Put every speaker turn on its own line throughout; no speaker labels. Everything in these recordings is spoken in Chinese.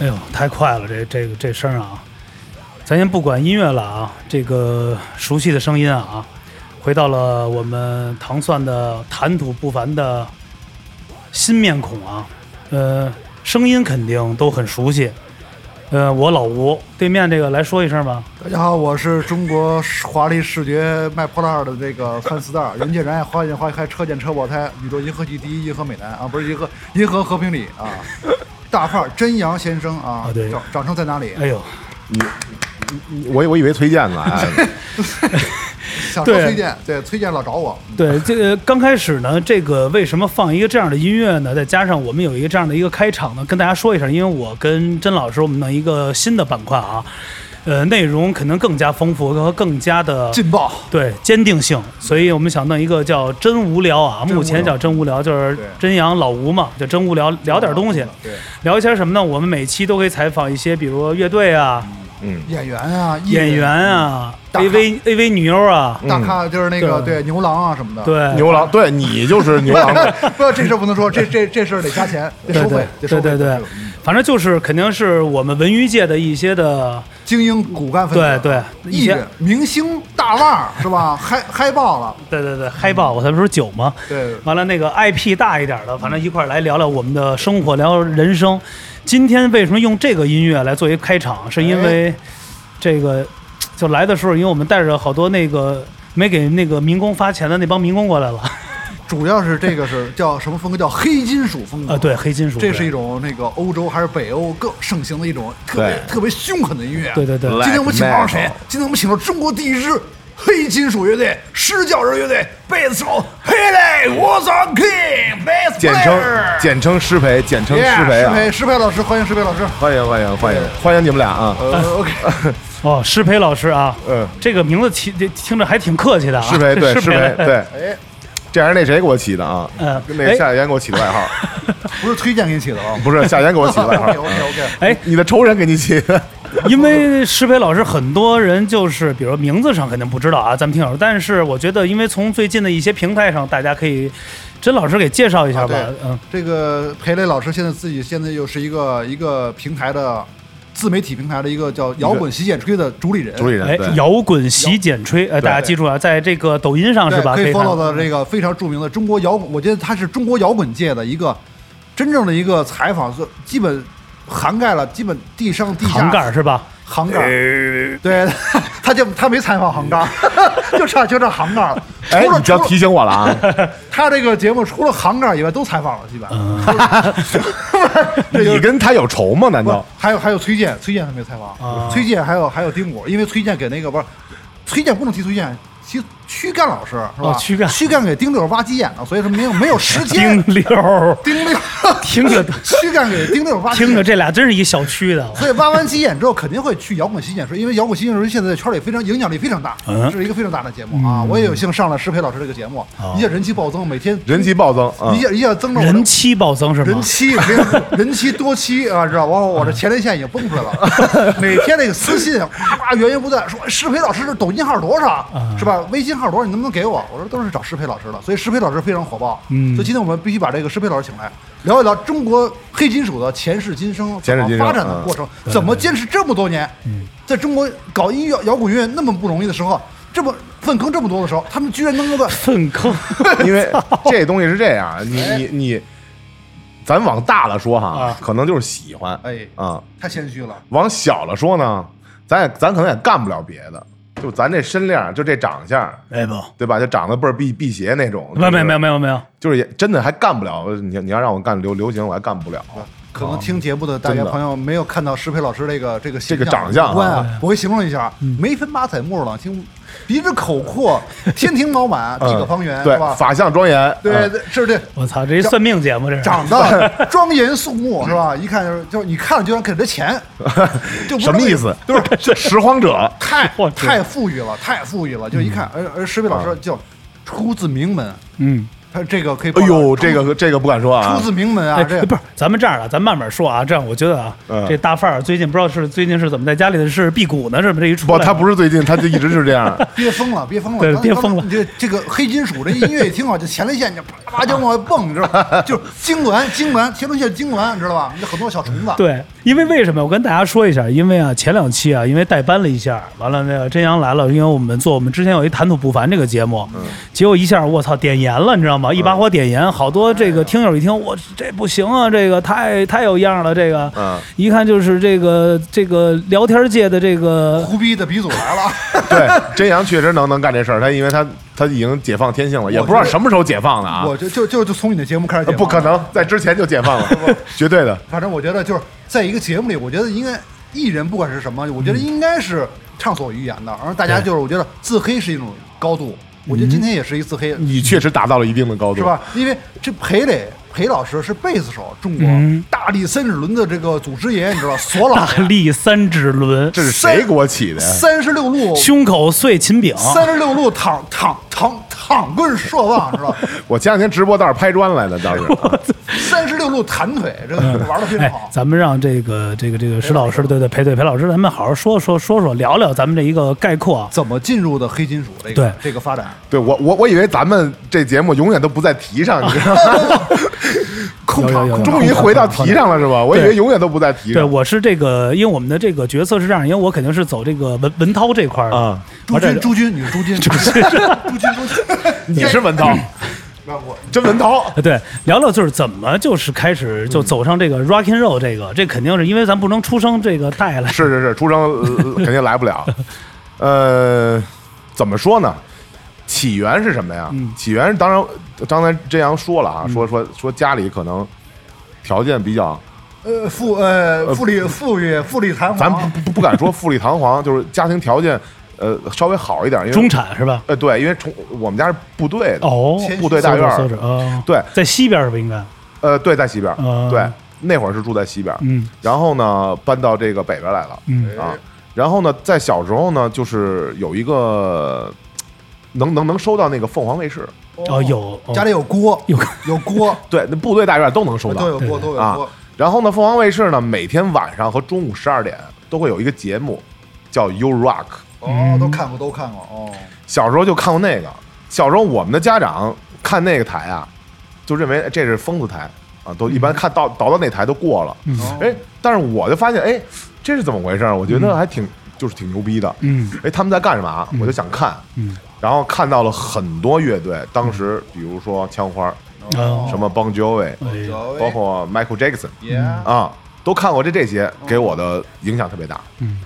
哎呦，太快了，这这个这声儿啊！咱先不管音乐了啊，这个熟悉的声音啊，回到了我们糖蒜的谈吐不凡的新面孔啊，呃，声音肯定都很熟悉。呃，我老吴，对面这个来说一声吧。
大家好，我是中国华丽视觉卖破烂儿的这个三四代儿，人见人爱，花见花开，车见车爆胎，宇宙银河系第一，银河美男啊，不是银河银河和平里啊，大块儿真阳先生啊，
啊对
掌掌声在哪里？
哎呦，
我我以为崔健呢，哎，
想说
对
崔健，对崔健老找我，
对，这个刚开始呢，这个为什么放一个这样的音乐呢？再加上我们有一个这样的一个开场呢，跟大家说一声，因为我跟甄老师我们弄一个新的板块啊，呃，内容可能更加丰富和更加的
劲爆，
对坚定性，所以我们想弄一个叫“真无聊”啊，
真无聊
目前叫“真无聊”，就是
对
真阳老吴嘛，就真无聊，聊点东西，
对
聊一些什么呢？我们每期都可以采访一些，比如乐队啊、
嗯，
演员啊，艺人嗯
演员，啊、
大咖
AV AV 女优啊，
大咖就是那个
对
对牛郎啊什么的，。
嗯对，
牛郎，对你就是牛郎，
不，这事儿不能说，这这这事儿得加钱，得收费，
对
得收
对对
费。
对
得收费，
反正就是肯定是我们文娱界的一些的，
精英骨干分
对
啊
子，
对，一
艺
些
人、明星、大腕儿是吧？嗨嗨爆了，
对对对，嗨爆，
嗯
我才不是酒吗？
对，
完了，那个 IP 大一点的，反正一块儿来聊聊我们的生活，聊聊人生。今天为什么用这个音乐来作为开场？是因
哎
为这个，就来的时候，因为我们带着好多那个没给那个民工发钱的那帮民工过来 了
主要是这个是叫什么风格？叫黑金属风格
啊，对，，黑金属，
这是一
种，
种那个欧洲还是北欧更盛行的一种特别
对
特别凶狠的音乐。
对对对，
Black
今天我们请到了
metal
谁？今天我们请到中国第一支黑金属乐队——施教人乐队，贝斯手 Haley w a s o n King，贝斯
简称简称师培，简称师培啊，
石培老师，欢迎石培老师。
欢迎欢迎欢迎欢迎你们俩啊，
呃，OK，
哦，施培老师啊，
嗯，
这个名字听这听着还挺客气的啊，
师培 对师
施
培
培，
对，
哎，
这还是那谁给我起的啊？
嗯
跟那个
哎
夏言给我起的外号，
不是推荐给你起的啊。
不是夏言给我起的外
OK
号，
OK OK，
哎，
你的仇人给你起的，
因为石培老师，很多人就是，比如名字上肯定不知道啊，咱们听友。但是我觉得，因为从最近的一些平台上，大家可以，甄老师给介绍一下吧。
啊对
嗯，
这个裴磊老师现在自己现在又是一个一个平台的自媒体平台的一个叫摇滚洗剪吹的主理人，
主理人
哎，
对，
摇滚洗剪吹，哎，
对
大家记住啊，在这个抖音上
对
是吧？
可
可以看
follow 到这个非常著名的中国摇滚，我觉得他是中国摇滚界的一个真正的一个采访，是基本涵盖了基本地上地下
杭盖嗯儿是吧？
杭盖
哎
儿。对， 他就他没采访杭盖儿， 就差就差杭盖儿了。
哎，
除了
你
除
就要
了
提醒我了啊，
他这个节目除了杭盖儿以外都采访了，基本。这就是
你跟他有仇吗？难道？
还有还有崔健，崔健他没采访，
啊
崔健还有还有丁果，因为崔健给那个不是，崔健不能提崔健，提躯干老师是吧？
哦躯干
给丁六挖鸡眼了，所以说没有没有时
丁
间。
溜儿，
丁六，
听着
躯干给丁六挖鸡眼
听着，。这俩真是一小区 的。
所以挖完鸡眼之后，肯定会去摇滚洗剪吹，因为摇滚洗剪吹现在在圈里非常影响力非常大，
嗯
这是一个非常大的节目啊！我也有幸上了石培老师这个节目，一下人气暴增，每天
人气暴增啊
一！下一下增了我的
人妻暴增是吗
人？妻没有人妻多妻啊，知道吧？我我这前列腺已经蹦出来 了，每天那个私信啊，哇源源不断，说石培老师这抖音号多少
啊
是吧？微信号多少？你能不能给我？我说都是找石培老师
嗯
的，所以石培老师非常火爆。
嗯
所以今天我们必须把这个石培老师请来，聊一聊中国黑金属的前世今生，
前世今
怎
生嗯
么发展的过程，怎么坚持这么多年，在中国搞音乐摇滚乐那么不容易的时候，这么粪坑这么多的时候，他们居然能够在
粪坑，
因为这东西是这样，你
哎
你你，咱往大了说哈
啊，
可能就是喜欢，
哎
啊，
太谦虚了。
往小了说呢，咱也咱可能也干不了别的，就咱这身量，就这长相，
哎不，
对吧？就长得倍儿辟辟邪那种，
没有没有没
有，
有没有没有，
就是也真的还干不了。你你要让我干流流行，我还干不了。
可能听节目的大家
啊真的
朋友没有看到石培老师这个这个形
这个长相啊
五官啊，我给形容一下：
嗯
眉分八彩，目如朗星，鼻子口 阔，天庭饱满，地
嗯
阁方圆，
对
是，吧？
法相庄严，
对，
嗯
对是这
我操，这一算命节目这是。
长 得庄严肃穆，是吧？一看就是就是你看了就想给他钱， 就不知
什
道
么意思？就是 拾 荒者，
太
我知道
太富裕了，太富裕了，就一
嗯
看，而而石培老
啊
师就出自名门，
嗯，
他这个可以报
哎
道，
呦，这个这个不敢说啊
出，自名门啊，
哎，
这
不是，咱们这样啊，咱慢慢说啊。这样我觉得啊，
嗯
这大范儿最近不知道是最近是怎么在家里的是辟谷呢，是不是这一出
不，
来
他不是最近，他就一直是这样。
憋疯了，憋疯了，
对
刚
憋疯了
刚这这个黑金属这音乐一听啊，就前列腺就啪啪就往外蹦，你知道吧？就是痉挛，痉挛，前列腺痉挛，你知道吧？你这很多小虫子。
对，因为为什么？我跟大家说一下，因为啊，前两期啊，因为代班了一下，完了那个真阳来了，因为我们做我们之前有一谈吐不凡这个节目，
嗯
结果一下我操点盐了，你知道吗？一把火点盐，好多这个听友一听，我这不行啊，这个太太有样了，这个
嗯，
一看就是这个这个聊天界的这个
胡逼的鼻祖来了，
对，真阳确实能能干这事儿，他因为他他已经解放天性了，也不知道什么时候解放的啊，
我就就就就从你的节目开始
呃
解放
不可能在之前就解放了，绝对的，
反正我觉得就是在一个节目里，我觉得应该艺人不管是什么，我
嗯
觉得应该是畅所欲言的。而大家就是我觉得自黑是一种高度，
嗯
我觉得今天也是一自黑，
你确实达到了一定的高度，
是？吧？因为这裴磊裴老师是贝斯手，中国、
嗯
大力三指轮的这个祖师爷，你知道索老
大力三指轮，
这是谁给我起的呀？
三十六路
胸口碎秦饼，
三十六路躺躺躺躺棍射望是吧？
我前两天直播倒是拍砖来的，倒 是啊
三十六路弹腿，这个玩的非常
哎
好，。
咱们让这个这个这个石老师，对对，裴对裴老师，咱们好好说说说说聊聊咱们这一个概括啊。
怎么进入的黑金属这
对
个这个发展？
对我我我以为咱们这节目永远都不在题上，你知道 吗？
有有有有
终于回到题上了是吧？我以为永远都不在题
对，
上。
我是这个，因为我们的这个角色是这样，因为我肯定是走这个文文涛这块儿的
啊，
朱
我这
军，朱军，你是朱军，朱军， 朱军，朱军，
你是文 涛，
那我
真文涛，
哎对，聊聊就是怎么就是开始就走上这个 rock and roll 这个，这肯定是因为咱不能出生这个带来，
是是是，出生呃肯定来不 了。呃，怎么说呢？起源是什么呀？起源当然，刚才真阳说了啊，说说说家里可能条件比较，
呃富呃富丽富裕富丽堂皇，
咱
哦
不不不敢说富丽堂皇，就是家庭条件呃稍微好一点，因为
中产是吧？
呃对，因为从我们家是部队的，
哦，
前
部队大院
搜
儿
着，哦，
对，
在西边是不是应该？
呃，对，在西边儿，
嗯
对，那会儿是住在西边儿，
嗯
然后呢搬到这个北边来了
哎
嗯
啊，然后呢，在小时候呢，就是有一个能能能收到那个凤凰卫视，
哦有哦
家里有锅，
有
有锅，哎
对，那部队大院都能收
都
到
有锅，都有
啊
锅。。
然后呢，凤凰卫视呢，每天晚上和中午十二点都会有一个节目叫 You Rock，
哦，都看过，都看过哦。
小时候就看过那个。小时候我们的家长看那个台啊，就认为哎这是疯子台啊，都一般看到倒到那台都过了。
嗯
哦
哎，但是我就发现，哎，这是怎么回事儿？我觉得还挺，就是挺牛逼的。
嗯
哎，他们在干什么啊？我就想看，
嗯
然后看到了很多乐队，当时比如说枪花，
哦
什么 Bon Jovi，
哎
包括 Michael Jackson
爷，
啊，都看过这这些，给我的影响特别大。
哦嗯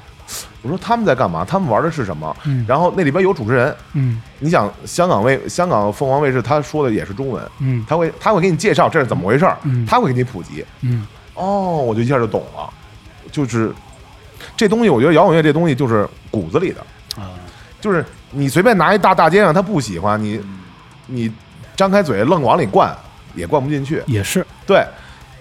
我说他们在干嘛？他们玩的是什么
嗯？
然后那里边有主持人，
嗯
你想香港卫香港凤凰卫视，他说的也是中文，
嗯
他会他会给你介绍这是怎么回事儿
嗯，
他会给你普及。
嗯
哦，我就一下就懂了，就是这东西，我觉得摇滚乐这东西就是骨子里的，
啊
就是你随便拿一大大街上他不喜欢你，
嗯
你张开嘴愣往里灌也灌不进去。
也是
对，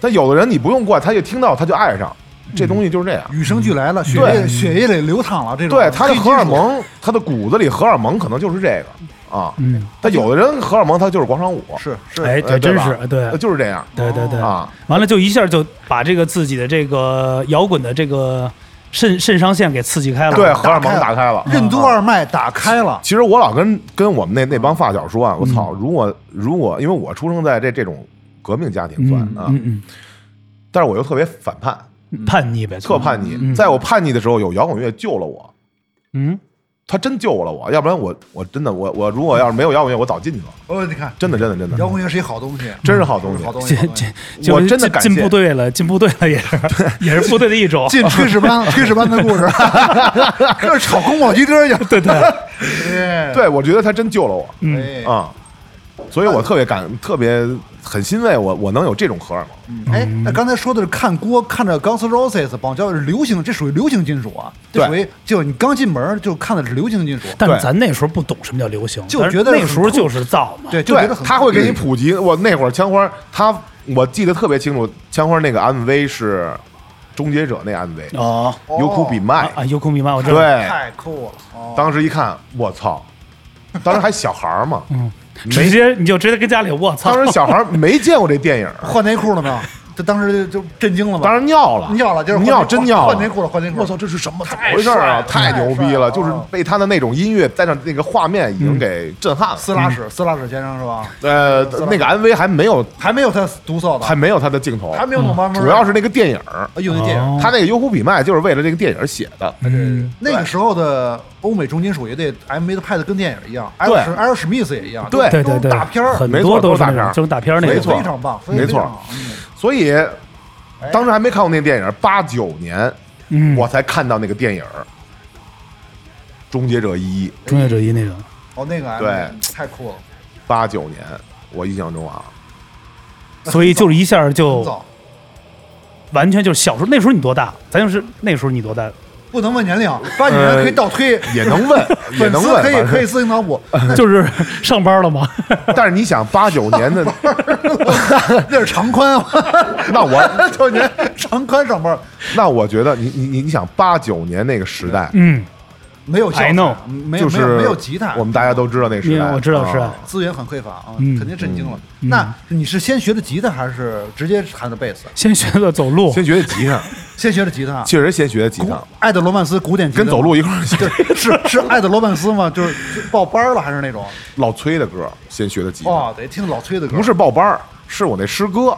但有的人你不用灌，他就听到他就爱上，这东西就是这
嗯
样。
与生俱来了，血
对
液血液里流淌了，这种
对，他的
黑金
荷尔
属，
蒙，他的骨子里荷尔蒙可能就是这个啊。
嗯
但有的人荷尔蒙他就是广场舞，
是是
哎这
呃
真
对吧
是对
呃就是这样
对对对
啊。
完了就一下就把这个自己的这个摇滚的这个肾肾上腺给刺激开了。
对，荷尔蒙
打
打开了，
任督二脉打开了，
其实我老跟跟我们那那帮发小说
嗯
啊，我操，如果如果因为我出生在这这种革命家庭算
嗯
啊，
嗯
但是我又特别反叛，
嗯，叛逆呗，
特叛逆。在我叛逆的时候，有摇滚乐救了我，
嗯
他真救了我，要不然我我真的我我如果要是没有摇滚乐，我早进去了，
哦，你看
真的真的真
摇
的，
滚乐是一好东西，
真是好东西
好。东
这
西好东西。
这就
真的
进
感谢
进部队了， 进部队了也是 也是部队的一种。
进炊事班，炊事班的故事，这是炒宫保鸡丁去。对对，
对，我觉得他真救了我
对，哎
啊，所以我特别感特别很欣慰，我我能有这种荷尔蒙。
哎，那刚才说的是看锅，看着 Guns N' Roses、绑架是流行，这属于流行金属啊，这
对
属于就你刚进门就看的是流行金属，
但是
对
咱那时候不懂什么叫流行，
就
但是
觉得
那
很
时候
酷
就是造嘛。
对，就觉
对
得，很
他会给你普及。我那会儿枪花，他我记得特别清楚，枪花那个 MV 是《终结者》那 MV，
哦
有苦比卖
啊。啊，有空明白我知道。
哎对，
太酷了。哦，
当时一看，我操！当时还小孩儿嘛，
嗯，直接你就直接跟家里我操
当，时小孩儿没见过这电影儿，
换内裤了没有？他当时就震惊了嘛，
当然尿了，
尿了，就是换
尿真尿
换内
了。
裤了，换内裤了。
我操，这是什么？怎么
太
回事儿啊？
帅
太
了
牛
太
逼
帅
了！
了
就是
啊
被他的那种音乐，再上那个画面，已
嗯
经给震撼了。
斯拉史，斯拉史先生是吧？
呃，那个 MV 还没有，
还没有他独奏的，
还没有他的镜头，
还没有努巴
主要是那个电影儿，
呃用的电影。
哦
他那个优酷比卖就是为了这个电影儿写的。
嗯
那个时候的欧美重金属乐队 MV 都拍的跟电影一样，艾
对
尔史艾尔史密斯也一样，
对
对
都
对
是
对，
大片儿，
很
没
多
错
都
都
是
是
那
大
种
片儿
就是大片儿那
没
种，
错
非常棒，
没错
非常好嗯
所以
哎
当时还没看过那电影，八九年
嗯，
我才看到那个电影儿《终结者一》，
中介者一那 种，
哦，那个 MV
对
太酷了，
八九年，我印象中啊，
所以就是一下
哦
很
就
早，
完全就是小时候那时候你多大？咱就是那时候你多大？
不能问年龄，啊八九年可以倒推，
呃也能问， 也
粉
能
丝
问，
可以
反正
可以自行脑补，
就是上班了吗？
但是你想，八九 年的，
那是长宽啊，
那我
八九年长宽上班
那我觉得你你你你想，八九年那个时代，
嗯，
没有教
I know
材，没有
就
没有
是
没有吉他，
我们大家都知道那时代，
嗯我知道是
啊
资源很匮乏啊，
嗯
肯定震惊了。
嗯
那你是先学的吉他还是直接弹的贝斯？
先学的走路，
先学的吉 他，
先学的吉他，
确实先学的吉
古
他，
爱德罗曼斯古典吉他
跟走路一块儿学，
对 是是爱德罗曼斯吗？就是报班了还是那种？
老崔的歌先学的吉他，
哦，得听老崔的歌。
不是报班儿，是我那师哥。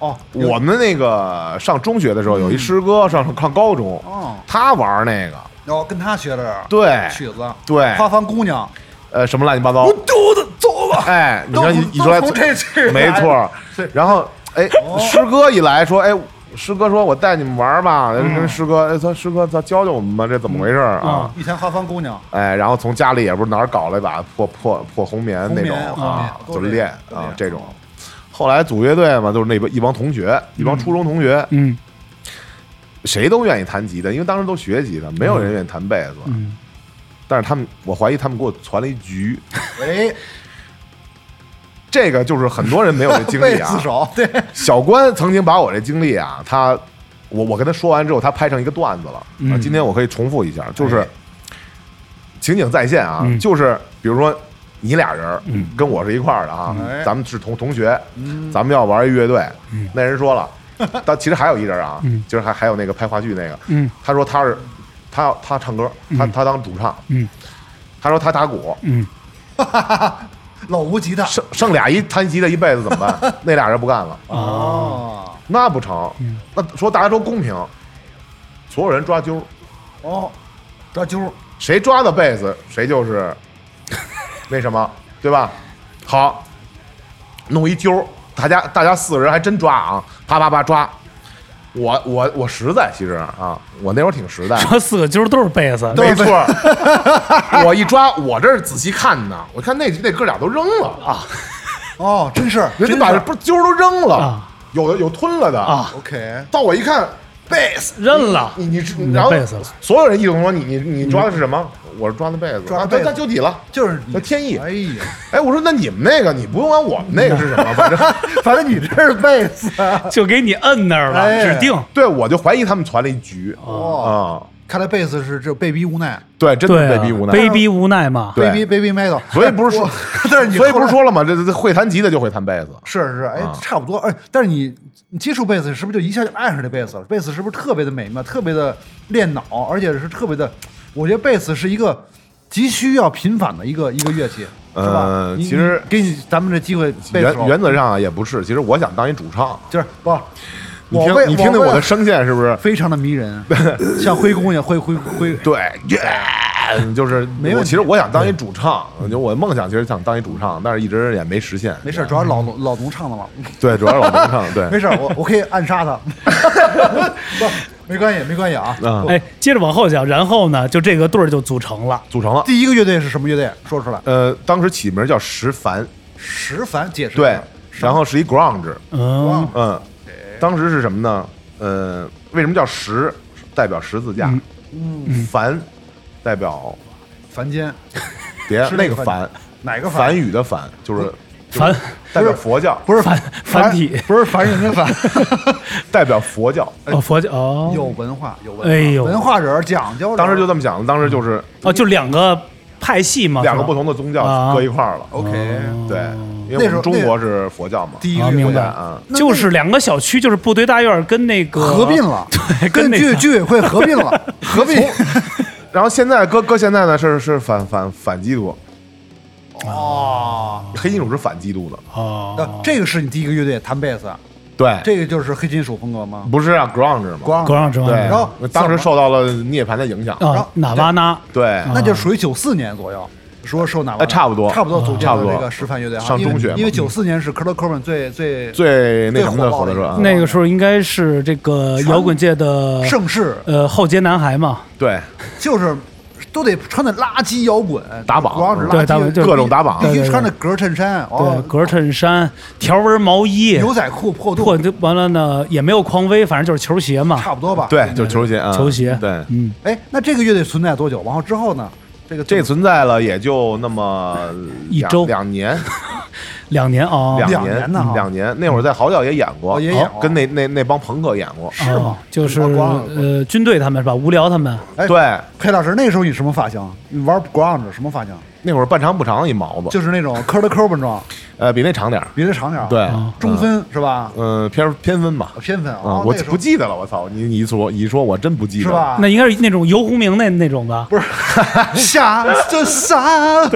哦，有嗯
我们那个上中学的时候，有一师哥上上高中
哦，
他玩那个，
哦跟他学的
对
曲子，
对
花房姑娘，
呃，什么乱七八糟，
丢的走吧。
哎，你
都
说
从
你你说来
都从这句来哦
没错儿
对。
然后哎，师哥一来说，哎，师哥说我带你们玩儿吧，
嗯
跟师哥，哎，说师哥，咱教教我们吧，这怎么回事儿啊？
以前花房姑娘，
哎，然后从家里也不是哪儿搞了一把破破破红棉那
红
种
棉
啊，
红棉
就
都是
练
这
啊
样
这种。后来组乐队嘛，就是那帮一帮同学，一帮初中同学，
嗯
谁都愿意弹吉他，因为当时都学吉他，没有人愿意弹贝斯。
嗯，
但是他们，我怀疑他们给我传了一局，
喂，
这个就是很多人没有这经
贝
历啊。
斯手，对，
小关曾经把我这经历啊，他我我跟他说完之后，他拍成一个段子了。
嗯
啊今天我可以重复一下，就是、
哎
情景再现啊，
嗯
就是比如说你俩人儿
嗯
跟我是一块儿的啊，
哎
咱们是同同学，咱们要玩一乐队。那人说了，但其实还有一人啊，
嗯
就是还还有那个拍话剧那个，
嗯
他说他是他要他唱歌，他他当主唱，
嗯
他说他打鼓，
嗯
老吴吉他。
剩剩俩一弹吉他一辈子怎么办？那俩人不干了。
啊，
哦
那不成，那说大家都公平，所有人抓阄，
哦，抓阄，
谁抓的被子谁就是那什么，对吧？好，弄一阄，大家大家四个人还真抓啊，啪啪啪抓。我我我实在，其实啊，我那会儿挺实在，
说四个揪都是贝斯，
没错儿。 我一抓，我这儿仔细看呢，我看那那哥俩都扔了啊，
哦，真是，
人家
真
把
是
这不是阄都扔了
啊，
有的有吞了的
啊。
OK，
到我一看，贝斯
认了，
你你
你
然后
贝斯了
所有人议论说你你你抓的是什么？我是抓的被子，
抓的
啊
被子
那那就你了。
就是
那天意
哎呀，
哎，我说那你们那个你不用管我们那个是什么，反正
反正你这是贝斯，
就给你摁那儿了，
哎
指定。
对我就怀疑他们传了一局
哇，
啊，
看来贝斯是这被逼无奈，
对，真的
对
是
啊，
被逼无奈，
被逼无奈嘛。
对
被逼被逼 metal，
所以不是说
我，但是你
所以不是
后来
说了吗？这这这会弹吉的就会弹贝斯，
是是，哎，
啊
差不多。哎，但是你你接触贝斯，是不是就一下就爱上这贝斯了？贝斯是不是特别的美妙，特别的练脑，而且是特别的？我觉得贝斯是一个急需要频繁的一个一个乐器，是吧？
呃
你
其实
你给你咱们这机会，贝斯
原
手
原则上啊也不是。其实我想当一主唱，
就是不，
你
我为
听你听听
为
我的声线是不 是？
非常的迷人，像灰姑娘，灰灰灰，
对，耶，就是
没问
我。
题
其实我想当一主唱，就我的梦想其实想当一主唱，但是一直也没实现。
没事，主要是老农老农唱的嘛，
对，主要是老能唱，对，
没事，我我可以暗杀 他， 不，没关系，没关系啊。
啊
哎，接着往后讲，然后呢，就这个队儿就组成了。
组成了。
第一个乐队是什么乐队？说出来。
呃，当时起名叫石凡，
石凡解释一
对
下，
然后是一 grunge，
嗯
嗯，当时是什么呢？呃，为什么叫石？代表十字架，
嗯
凡代表
凡间
别
是
那
那
个
个
梵，
哪个
梵
凡？
语的梵，就是
繁
代表佛教，
不是
繁繁体
不是凡人的 凡，
代表佛教。
嗯
哦，佛教哦，
有文化，有文化，
哎呦
文化人儿讲究人儿。
当时就这么想的，当时就是
哦，就两个派系嘛，
两
是
个
吧
不同的宗教
啊
搁一块儿了。
OK，
对，因为因为我
那时候
们中国是佛教嘛，
地狱
哦啊
国
明
家
白
啊，
那
就是两个小区，就是部队大院跟那个
合并，了，
对，
跟
那
居
个
居委会合并 了，合并
然后现在搁搁现在呢是是反反反基
啊
督，
哦。
黑金属是反基督的，
那
哦，
这个是你第一个乐队弹贝斯啊，
对，
这个就是黑金属风格
嗯
吗？
不是啊，grunge 嘛，
光
国让之
对，
外，
然后
当时受到了涅槃的影响，
然
啊
后，
哪瓦那
对，
那就属于九四年左右，说受哪
哎差不多
差不多组建
差不
的
多
这个示范乐队啊，
上
因为
中学嘛
因为九四年是 Kurt Cobain 最最
最那什么的合作社啊，
那个时候应该是这个摇滚界的
盛世，
呃后街男孩嘛，
对，
就是都得穿的垃圾摇滚
打榜
主要是
对
垃
打榜
圾
就
各种打榜
必
对
须
对
穿着格儿衬衫，
对
哦，，
格衬衫、条纹毛衣，
牛仔裤破
破
洞，
就完了呢，也没有匡威，反正就是球鞋嘛，
差不多吧？
对，就是球鞋啊，
嗯球鞋，
对，
嗯，
哎，那这个乐队存在多久？然后之后呢？这个
这存在了也就那么
一
两
周
两年，
两年啊，
两
两
年
年呢哈
两年。那会儿在嚎叫也演过，
哦也演过
跟那那那帮朋克演过。
是吗
哦就是
我光了
呃军队他们是吧？无聊他们，
哎
对，
裴老师那时候你什么发型？你玩 grunge 什么发型？
那会儿半长不长一毛子，
就是那种 Kurt Cobain 装，
呃，比那长点儿。
比这长点儿，
对，
哦
中分是吧？
嗯，呃，偏偏分吧。
偏分
啊
啊，，
我
那时候
不记得了，我操！你你一说你一说，我真不记得
是？吧？
那应该是那种游鸿明那那种吧？
啊不是 下这山， 呃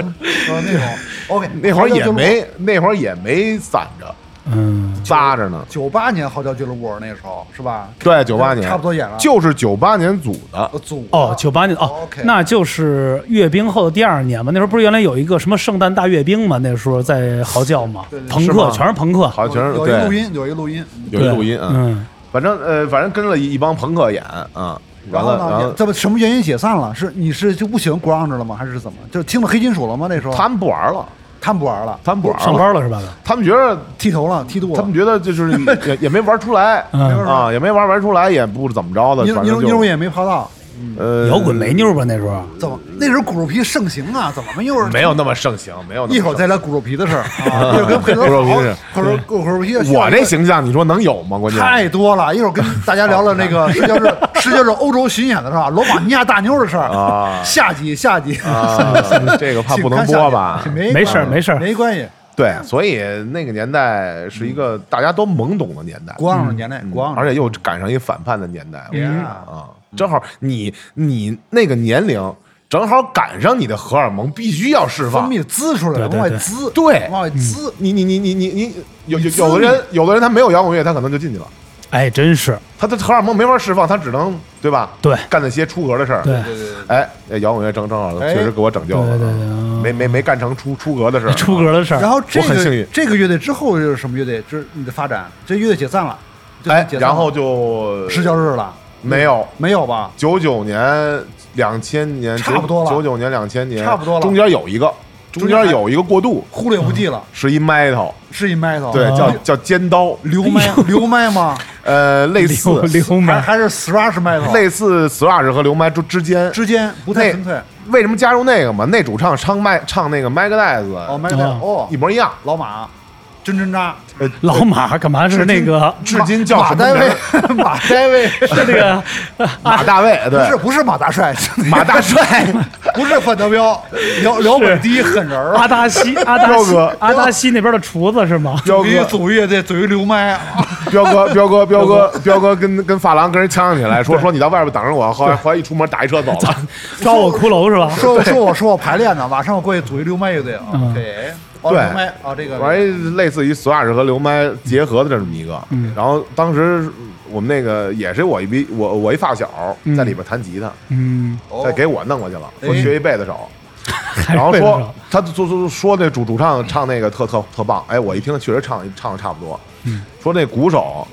那种 OK，
那会儿也没那会儿也没散着，
嗯，
扎着呢。
九八年嚎叫俱乐部那时候是吧？
对，九八年
差不多演了
就是九八年组的
呃组
哦，九八年哦
OK
那就是阅兵后的第二年嘛。那时候不是原来有一个什么圣诞大阅兵嘛？那时候在嚎叫嘛
对对，
朋
是
克
吗
全是朋克，
好啊像全是
有一录
对，
音，有一录音，
有一录音
对
啊。
嗯，
反正呃，反正跟了一帮朋克演啊，完了，然
呢，
后
也这不什么原因解散了？是你是就不喜欢 grunge 了吗？还是怎么？就听了黑金属了吗？那时候
他们不玩了，
他们不玩了，
他们不玩
上
了，
班了是吧？
他们觉得
剃头了，剃度
他
了
们。觉得就是也也没玩出来
嗯没玩
出来
啊，也没玩玩出来，也不怎么着的，
妞
反
妞
正
妞
就
也没泡到，
呃
摇滚没妞儿吧？那时候
怎么？那时候骨肉皮盛行啊，怎么没有人？
没有那么盛行，没有那么盛行。
一会儿再聊骨肉皮的事儿， 啊一会儿跟佩德
骨肉皮
好
是
骨肉骨肉皮的事儿。
我这形象，你说能有吗？关键
太多了，一会儿跟大家聊聊那个实际上是实际上是欧洲巡演的事儿，罗马尼亚大妞的事儿
啊
下集下集，
啊，这个怕不能 播吧？
没
没事儿没事儿
没关系，
对，所以那个年代是一个大家都懵懂的年代，
国王的年代，国王
嗯而且又赶上一反叛的年代，我觉得
Yeah
啊，正好你你那个年龄正好赶上你的荷尔蒙必须要释
分
放，
泌滋出来了，
对对
往外
对嗯
滋，
对
往外滋。
你你你你你你有有
你
有的人有的人他没有摇滚乐，他可能就进去了。
哎，真是
他的荷尔蒙没法释放，他只能对吧？
对
干那些出格的事儿。
对，
对对对，
哎，哎摇滚乐正正好，
哎
确实给我拯救了，
对
啊
对对嗯
没没没干成出出格的事儿，啊
出格的事儿。
然后这
我很幸
个
运
这个乐队之后就是什么乐队？就是你的发展，这乐队解散了，就
哎
解，散了
然后就
失教日了，
没有
没有吧？
九九年、两千年，
差不多了
九九年、两千年，
差不多了
中间有一个，中
间还
间有一个过渡，
忽略不计了，
是一 metal，
是一麦头，
对，
啊
叫叫尖刀，
刘麦刘麦 吗？
呃，类
哎流
似
流
还
氓，
还是 thrash 麦头？
类似 thrash 和流麦之之间。
之间不太
那
纯粹。
为什么加入那个嘛？那主唱唱麦唱那个 m e g a d e a t
哦，麦头哦
一，模一样，
老马，真真扎，
呃，
老马干嘛是那个
至今叫
马
什么
大
名
卫
儿？，
马大卫
是那个
马大卫，
哎不是
对，
不是马大帅，
马大帅，
不是范德彪，辽辽本第一狠人儿
阿。达西阿达
彪
西
哥
阿达西那边的厨子是 吗？
彪
于
哥，
祖乐队，祖于刘麦，啊
彪 哥，彪哥，彪哥，彪哥跟跟发廊跟人呛起来，说说你到外边等着我，后来后来一出门打 一车走了，
抓我骷髅是吧？
说说我说我排练呢，晚上我过去组一刘麦乐队啊，
嗯
给哦
对
刘麦啊这
完
个
一类似于索亚士和刘麦结合的这么一个。
嗯
然后当时我们那个也是我一比我我一发小在里边弹吉他，
嗯，
哦
再给我弄过去了，说
哎
学一贝 斯手。
还
然后
是为了
说他就就说那主主唱唱那个特特特棒，哎，我一听确实唱唱的差不多。说那鼓手，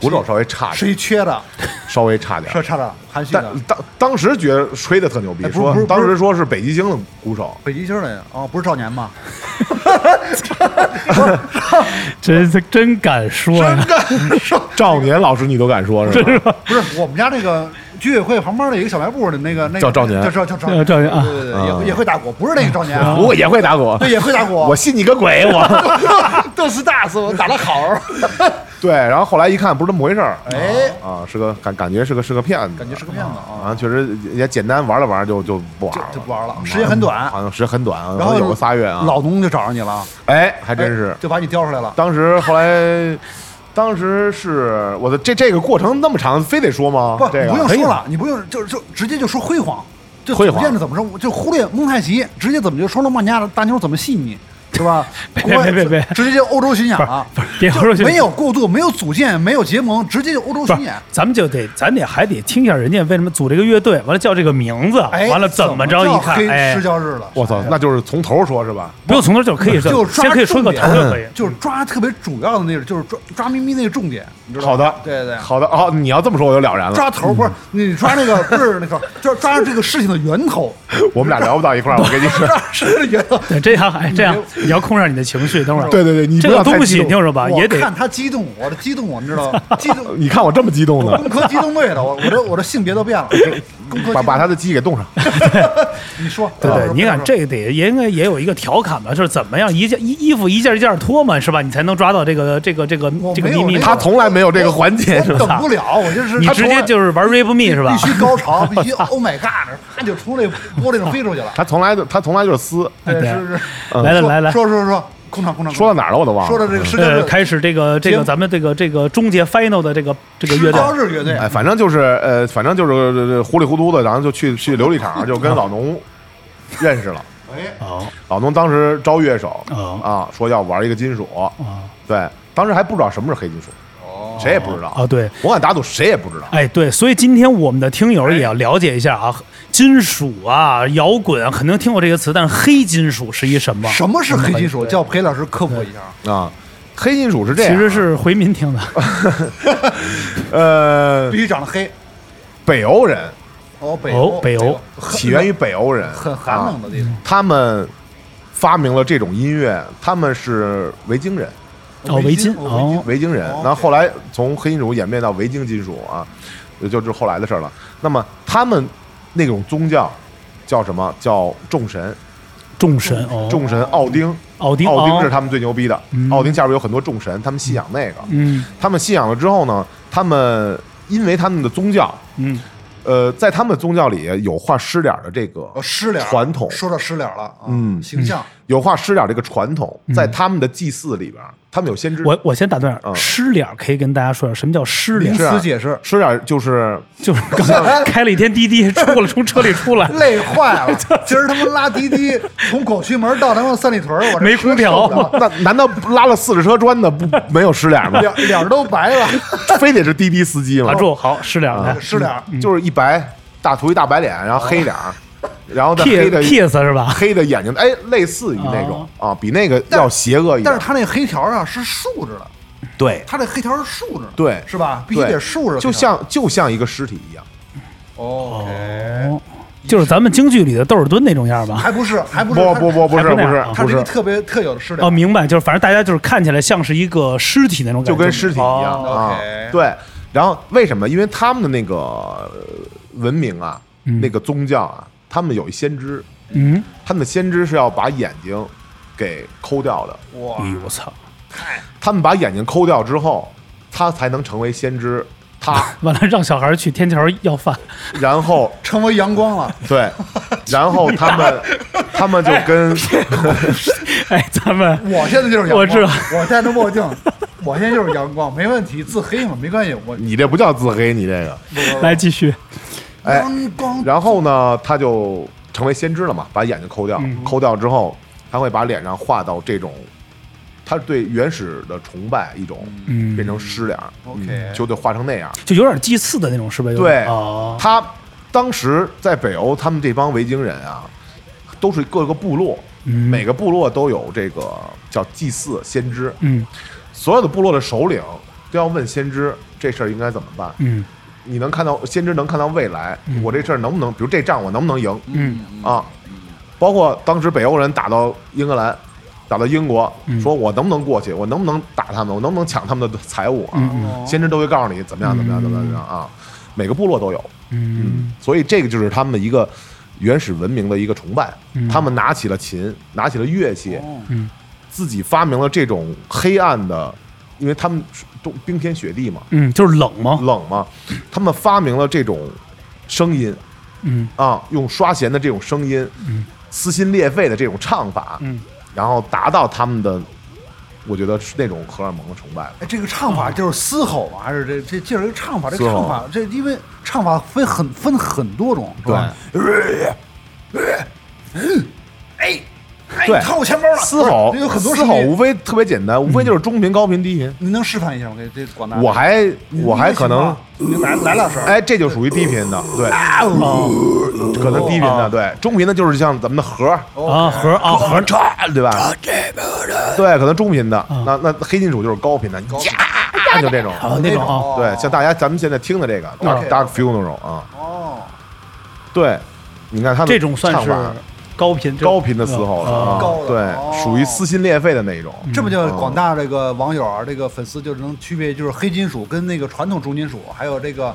鼓手稍微差点，
嗯是一缺的，
稍微差点
是。差的含蓄
但
的，
当当时觉得吹的特牛逼
哎，不是
说
不是
当
不
时
是
说是北极星的鼓手，
北极星的哦，不是少年吗？
真真敢说呀！
赵年老师你都敢说是吧？
不是我们家那个居委会旁边的一个小卖部的那个那个
叫赵年
叫赵叫赵
叫赵年啊
对对对，也会也会打鼓，不是那个赵年啊，
我也 会打鼓，
对也会打鼓，
我信你个鬼我。
都是大师，我打得好。
对，然后后来一看不是那么回事儿，
哎，
啊，是个感感觉是个是个骗子，
感觉是个骗子啊
啊，，确实也简单玩了玩就就不玩
就
了，
就不玩了，时间很短，
嗯好像时间很短，
然后
有个仨月啊，
老农就找上你了，
哎，还真是
哎，就把你调出来了。
当时后来。当时是我的这这个过程那么长，非得说吗？
不，
哦这个
你不用
可以啊
说了，你不用就就直接就说辉煌，就
辉煌
怎么着怎么着，就忽略蒙太奇，直接怎么就说了孟加拉大妞怎么细腻，是吧？
别
国外
别别别
直接就欧洲巡演了，
别说
啊没有过渡，没有组建，没有结盟，直接就欧洲
不
巡
是
演。，
咱们就得，咱得还得听一下人家为什么组这个乐队，完了叫这个名字，
哎，
完了
怎
么着
叫
一看，
黑
哎
失，焦日了，
我操，那就是从头说是吧？
不用从头就可以说，
就抓
先可以说个
重
头
点嗯
就可以。
就是抓特别主要的那个，就是抓抓咪咪那个重点，
嗯
你知道吗？
好的，
对对。
好的哦，你要这么说我就了然了。
抓头不是
嗯
你抓那个不是那个，就是抓这个事情的源 头，
我们俩聊不到一块儿，我跟你说。
抓事情的源头。
对， 这样哎，这样你要控制你的情绪，等会儿。
对对对，你
这
不
个
要太
东
激
西，
动
你听着吧，
我
也得
看他激动，我这激动，我你知道吗，激动，
你看我这么激动呢
工，科机动队的，我我这我这性别都变了，工科
把
机
把他的鸡给冻上。
你说，
对
啊
对，你看，
说
这个得也应该也有一个调侃吧，就是怎么样一件衣衣服一件一件脱嘛，是吧？你才能抓到这个这个这个
我
这个
没有
秘密
那
嘛。
个
他从来没有这个环节是
我
吧？
等不了，我就是
你
他
直
从
接
来
就是玩 Rap Me 是吧
必？须高潮，必须 Oh my God，他就从那玻璃上飞出去了，
他从来就他从来就是撕。
对，
对
是是，
嗯来来
说
来来，
说说说，空场空场，
说到哪儿了我都忘了。
说到这个世界
呃，
日，
开始这个这
节目
个咱们这个这个终结 final 的这个这个嗯乐队，
交日乐队
哎，反正就是呃，反正就是呃糊里糊涂的，然后就去去琉璃厂，就跟老农 认识了。
哎，
哦
老农当时招乐手
哦
啊，说要玩一个金属，
哦
对，当时还不知道什么是黑金属，谁也不知
哦，
道。
对，
我敢打赌，谁也不知道。
哎，对，所以今天我们的听友也要了解一下啊，金属啊、摇滚肯定听过这个词，但是黑金属是一什么？
什么是黑金
嗯
属？叫裴老师科普一 下，
啊，黑金属是这
其
啊
样，
实是回民听的，
呃
必，须长得黑，
北欧人
哦，北
哦
欧，
北欧
很
起源于北欧人，
很寒冷
啊
的地方，
他们发明了这种音乐，他们是维京人，
哦
围
围巾
哦，
哦
维京人
哦。
然后后来从黑金属演变到维京金属啊，就就是后来的事儿了。那么他们那种宗教叫什么？叫众神，
众神哦，
嗯众神奥丁，
奥丁
奥丁是
哦
他们最牛逼的
嗯。
奥丁下边有很多众神，他们信仰那个。
嗯
他们信仰了之后呢，他们因为他们的宗教。
嗯
呃，在他们宗教里有画狮脸儿的这个
哦，失联
传统
说到失联了，啊
嗯
形象，
有画狮脸这个传统，
嗯
在他们的祭祀里边儿，他们有先知。
我我先打断一下，
嗯
失脸儿可以跟大家说一下什么叫失
名
脸
是
儿，
啊
词解释，
狮脸就是
就是刚才开了一天滴滴出了 从车里出 来，
累坏 了，今儿他妈拉滴滴从广渠门到他妈三里屯儿，我这
没空调
受不 了
那难道拉了四十车砖的不没有狮脸吗？
脸脸都白了，
非得是滴滴司机吗
打？住，啊好哎失脸儿
啊
来
是脸儿。
就是一白大涂一大白脸，然后黑脸儿，然后再黑的
，kiss kiss 是吧？
黑的眼睛，哎，类似于那种啊，比那个要邪恶一
但是
点。
他那黑条啊是竖着的，
对
他这黑条是竖着的，
对
是吧？必须
对
得，竖着，
就像就像一个尸体一样。
哦 OK，
哦，就是咱们京剧里的窦尔敦那种样儿吧？
还不是还不
不
是
不不，不是
还不那
不是
样啊
他
不
这个
是，
特别特有的失
哦，
联，
明白，就是反正大家就是看起来像是一个尸体那种感觉，
就跟尸体一样
哦
啊
OK。
对，然后为什么？因为他们的那个呃文明啊，
嗯
那个宗教啊，他们有一先知，
嗯，
他们的先知是要把眼睛给抠掉的。
哇，
哎呦我操！
他们把眼睛抠掉之后，他才能成为先知。他，
完了，让小孩去天桥要饭，
然后
成为阳光了，
对，然后他们，他们就 跟
哎，咱们
我现在就是阳光，
我知道
我戴着墨镜，我现在就是阳光，没问题，自黑嘛，没关系，我
你这不叫自黑，你这个。
来继续，
哎
阳 光
然后呢，他就成为先知了嘛，把眼睛抠掉，
嗯
抠掉之后，他会把脸上画到这种，他对原始的崇拜一种，
嗯
变成狮脸儿，
OK
嗯就得画成那样。
就有点祭祀的那种，是不是？有
对
点哦，
他当时在北欧，他们这帮维京人啊，都是各个部落，
嗯
每个部落都有这个叫祭祀先知，
嗯
所有的部落的首领都要问先知这事儿应该怎么办。
嗯
你能看到先知能看到未来，我这事儿能不能，比如这仗我能不能赢？
嗯
啊，包括当时北欧人打到英格兰，打到英国，
嗯
说我能不能过去，我能不能打他们，我能不能抢他们的财物啊？
嗯
先知都会告诉你怎么样，怎么样，怎么样，怎么样啊？每个部落都有，
嗯
所以这个就是他们一个原始文明的一个崇拜。
嗯
他们拿起了琴，拿起了乐器，
哦
嗯
自己发明了这种黑暗的因为他们冬冰天雪地嘛，
嗯，就是冷嘛，
冷嘛，他们发明了这种声音
嗯
啊，用刷弦的这种声音，
嗯
撕心裂肺的这种唱法，
嗯，
然后达到他们的，我觉得是那种荷尔蒙的崇拜。
哎，这个唱法就是嘶吼啊，还是这这这是一个唱法？这个
嘶吼
唱法，这因为唱法分很分很多种，是吧？哎，哎，
对
你掏我钱包了，
嘶吼
不是有很多
嘶
声
吼，
音
无非特别简单，无非就是中频、高频、低频。
您能示范一下吗？给这广大，
嗯我还
你
我还可能，
你来来两声，
哎，这就属于低频的，对，
哦
可能低频的，对，中频的就是像咱们的和儿，
啊盒啊盒
和唱，对吧？对，可能中频的，那那黑金属就是高频的，啊呀，就这种，
啊那种啊，
哦
对，像大家咱们现在听的这个 Dark
OK，OK
Dark Funeral 啊，
哦，
对，你看他的
这种算
唱
是
法
高频这
高频的嘶吼了
啊
啊，
高的哦
对，属于撕心裂肺的那一种，
嗯
这不就
哦
广大这个网友啊，这个粉丝就是能区别，就是黑金属跟那个传统重金属，还有这个，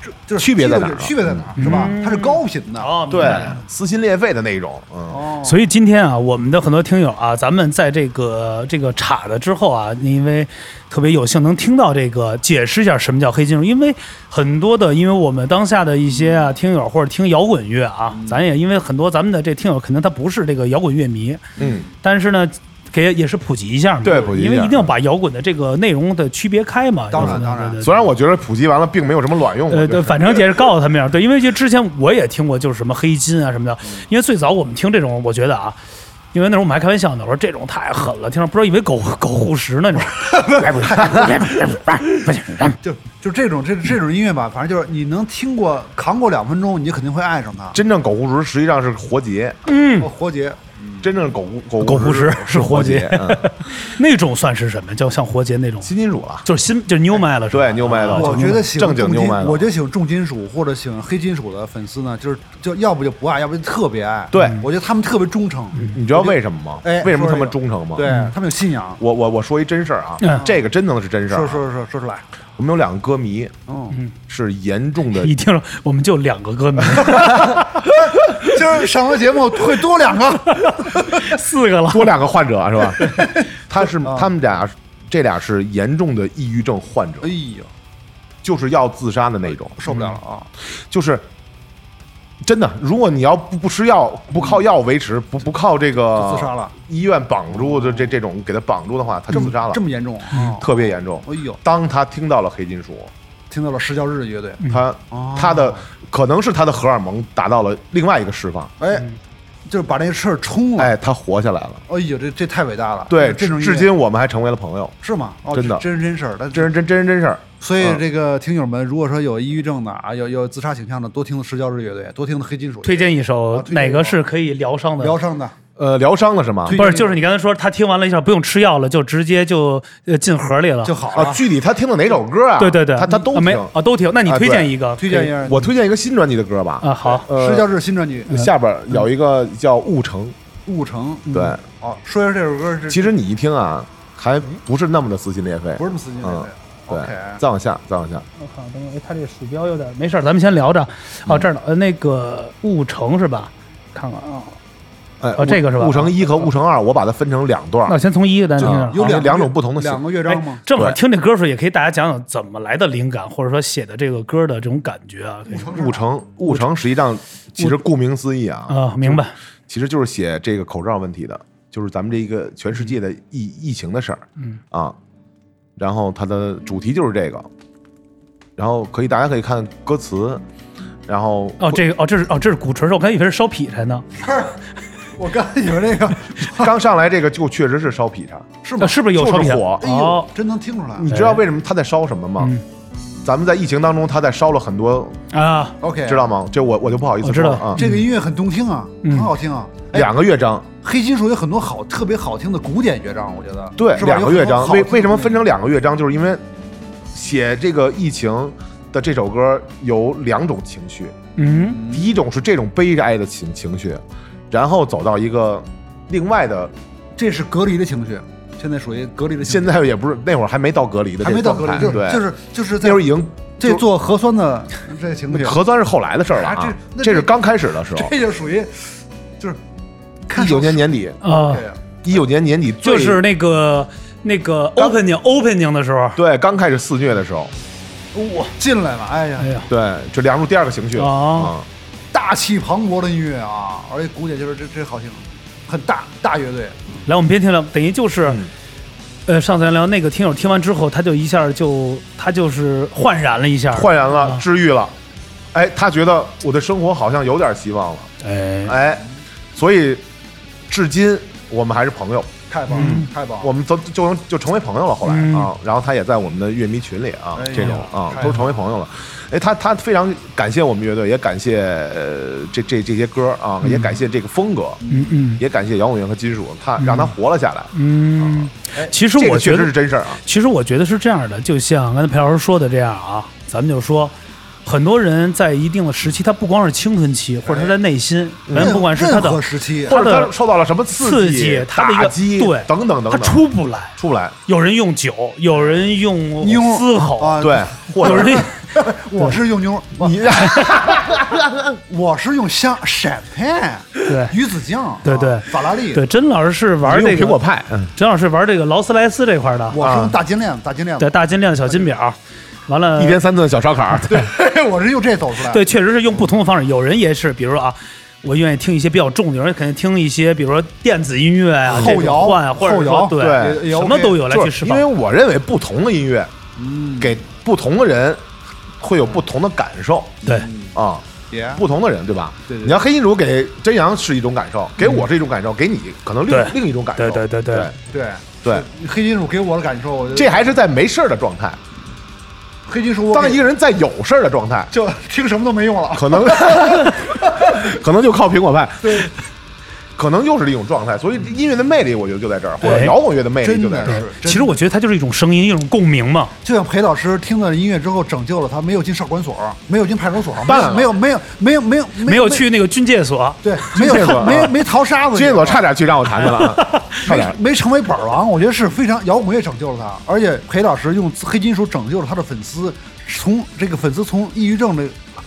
这就是
区别在哪儿啊
这
嗯
个区别在哪儿是吧？它是高频的，
哦
对，撕心裂肺的那一种，嗯，
哦，
所以今天啊，我们的很多听友啊，咱们在这个这个岔的之后啊，因为特别有幸能听到这个，解释一下什么叫黑金属，因为很多的，因为我们当下的一些啊听友或者听摇滚乐啊，
嗯
咱也因为很多咱们的这听友肯定他不是这个摇滚乐迷，
嗯，
但是呢。给也是普及一下嘛，
对普及一下
因为一定要把摇滚的这个内容的区别开嘛。
当然
对对
当然
对对
虽然我觉得普及完了并没有什么卵用，
嗯呃，
我觉
对，
得
反正也是告诉他们样，对，因为就之前我也听过，就是什么黑金啊什么的，因为最早我们听这种，我觉得啊。因为那时候我们还开玩笑呢，我说这种太狠了，听着不知道以为狗狗护食呢，你知 道吗？
就就这种这这种音乐吧，反正就是你能听过扛过两分钟，你就肯定会爱上它。
真正狗护食实际上是活结，
哦活结，
真正狗狗
狗护食是
是
活结
结，嗯
那种算是什么？就像活结那种，
新金属了。
就是新就是 new metal 是吧
对，new metal
啊
我觉得喜欢
正经
重
牛
金
掰，了
我就喜欢重金属或者喜欢黑金属的粉丝呢，就是就要不就不爱，要不就特别爱。
对嗯
我觉得他们特别忠诚，
你知道为什么吗？
哎
为什么
说
他们
这个
忠诚吗？
对，他们有信仰。
我我我说一真事儿啊
嗯，
这个真能是真事儿
说
啊。
说说说出来，
我们有两个歌迷
嗯，
是严重的
一听说我们就两个歌迷，
今儿上回节目会多两个，
四个了，
多两个患者是吧？ 他是
嗯
他们俩这俩是严重的抑郁症患者
哎，呦，
就是要自杀的那种，
受不了了
嗯
啊！
就是。真的，如果你要不不吃药，不靠药维持，不不靠这个
嗯就自杀了，
医院绑住就这这种给他绑住的话，他
这
就
么
啊自杀了嗯
这，么严重啊！
特别严重。
哎呦，
当他听到了黑金属，
听到了石教日乐队，
他
哦
他的可能是他的荷尔蒙达到了另外一个释放，
哎，就是把这事儿冲了。
嗯哎，他活下来了。
哎呦，这这太伟大了！
对，
哦这种音乐
至今我们还成为了朋友，
是吗？哦，
真的
这真人真事儿，但
真人真真人真事儿。
所以
嗯
这个听友们，如果说有抑郁症的啊，有有自杀倾向的，多听石教日乐队，多听黑金属乐队，
推荐一首
啊推荐一首
哪个是可以疗伤的？啊
疗伤的。
呃，疗伤了是吗？
对
不是，就是你刚才说他听完了一下，不用吃药了，就直接就呃进盒里了，
就好
啊，
了。
具体他听的哪首歌啊？
对对对，
他他都
啊没
听。
啊都听。那你
啊
推荐
对
一个，
推荐一下
我推荐一个新专辑的歌吧，
啊，好，
呃
石教日新专辑《
下边有一个叫《雾城
雾城》，》。
嗯
对，
哦，说一下这首歌是
其实你一听啊，还不是那么的撕心裂肺
不。是那么撕心裂肺
嗯。对
OK，，
再往下，再往下，
我靠，等会儿，哎，他这鼠标有点没事儿，咱们先聊着。哦，这儿呢，呃，那个雾城是吧？看看啊，
哎，
哦这个是吧
雾城一和雾城二，我把它分成两段
那
儿。
先从一个咱听听
啊
啊。
有
这
两
两
个
种不同的
两个乐章
哎
吗？，
正好
对
听这歌的时候，也可以大家讲讲怎么来的灵感，或者说写的这个歌的这种感觉啊。可以
雾城，雾城实际上其实顾名思义啊，
啊，明白。
其实就是写这个口罩问题的，就是咱们这一个全世界的疫疫情的事儿，
嗯
啊，然后它的主题就是这个，然后可以大家可以看歌词，然后
哦，这个哦，这是哦，这是鼓槌，我刚以为是烧劈柴呢，
哎
我刚才以为
哦
那个
刚上来这个就确实是烧劈叉，
是
啊
吗？
是不是有
就
烧劈
是
柴？
火
哎呦
哦，，
真能听出来
你知道为什么他在烧什么吗？
哎嗯
咱们在疫情当中，他在烧了很多，
啊，
！OK，
知道吗？这我我就不好意思
我知
说
道
了啊。
这个音乐很动听啊，
嗯
很好听啊。哎，
两个乐章，
黑金属有很多好特别好听的古典乐章，我觉得
对，
是吧
两个乐章。为为什么分？
有很多好听的
成两个乐章？就是因为写这个疫情的这首歌有两种情绪，
嗯
第一种是这种悲哀的情情绪，然后走到一个另外的，
这是隔离的情绪，现在属于隔离的情
现
绪，
在也不是那会儿还没到隔离的
还
这
没
个
到
状态，
隔离，就是
对，
就是就是
那
在
会儿已经
这做核酸的这个情绪，
核酸是后来的事儿了
啊
啊
这，那
这是
这
刚开始的时候，
这就属于就是看
一九年年底，
啊，
对呀
一九年年底最
就是那个那个
刚
opening opening 的时候，
对，刚开始肆虐的时候，
哇，进来了，哎呀
哎，呀，
对，就凉入第二个情绪了
哦
啊。
大气磅礴的音乐啊，而且鼓姐就是这这好听，很大大乐队，
来，我们别听了，等于就是，
嗯
呃，上次咱聊那个听友听完之后，他就一下就他就是焕然了一下，
焕然了
啊，
治愈了。哎，他觉得我的生活好像有点希望了。
哎，
哎，所以至今我们还是朋友，
太棒
嗯
了，太棒了，
我们都就能就成为朋友了。后来、
嗯
啊，然后他也在我们的乐迷群里啊，
哎呀
这种啊
太好
都成为朋友了。哎，他他非常感谢我们乐队，也感谢呃这这这些歌啊，也感谢这个风格，
嗯嗯
也感谢摇滚乐和金属，他让他活了下来。
嗯，
哎
其实
这
我
个
觉得
确实是真事儿啊。
其实我觉得是这样的，就像刚才裴老师说的这样啊，咱们就说，很多人在一定的时期，他不光是青春期，或者
哎
他在内心，咱
任
不管是他
任何
的，
时期
他
或
的
者他受到了什么
刺
激
激、他的一个
打击，
对
等等等
他
等，
出不来。
出不来，
有人用酒，有人用
妞儿
嘶吼，
啊，
对，或
有
者
人
我是用妞，
你
我是用香 champagne
对
鱼子酱，
对对
啊法拉利，
对，甄老师是玩
用
这个呃
苹果，派，嗯
甄老师玩这个劳斯莱斯这块的，
我是用大金链子，大金链
对
子，
大金链子、小金表，完了
一天三顿的小烧烤，对，
我是用这走出来的，
对，确实是用不同的方式。有人也是，比如说啊，我愿意听一些比较重的，有人肯定听一些，比如说电子音乐啊、
后
这种
摇
换啊，或者
后
说
摇
对
也也
什
OK，
么都有来
就
去
是
释
因为
放。
我认为不同的音乐
嗯，
给不同的人会有不同的感受
对，
嗯
啊，
姐，
不同的人对吧？
对对对
你要黑金属给真阳是一种感受，给我是一种感受，给你可能
对
另另一种感受，
嗯对对对对
对
对
对，
黑金属给我的感受，我觉得
这还是在没事儿的状态。
黑金属我
当
给
一个人在有事儿的状态，
就 听什么都没用了，
可能可能就靠苹果派，可能就是一种状态。所以音乐的魅力，我觉得就在这儿，或者
对
摇滚乐的魅力
真
就在
的
这儿
是。，
其实我觉得它就是一种声音，一种共鸣嘛。
就像裴老师听了音乐之后，拯救了他，没有进少管所，没有进派出所，
办了
没有没有没有没有
没有去那个军戒所，
对，没有
戒所啊
没有没淘沙子去，
金锁差点去让我弹去了 啊，差点。
没成为板王，我觉得是非常摇滚乐拯救了他，而且裴老师用黑金属拯救了他的粉丝，从这个粉丝从抑郁症的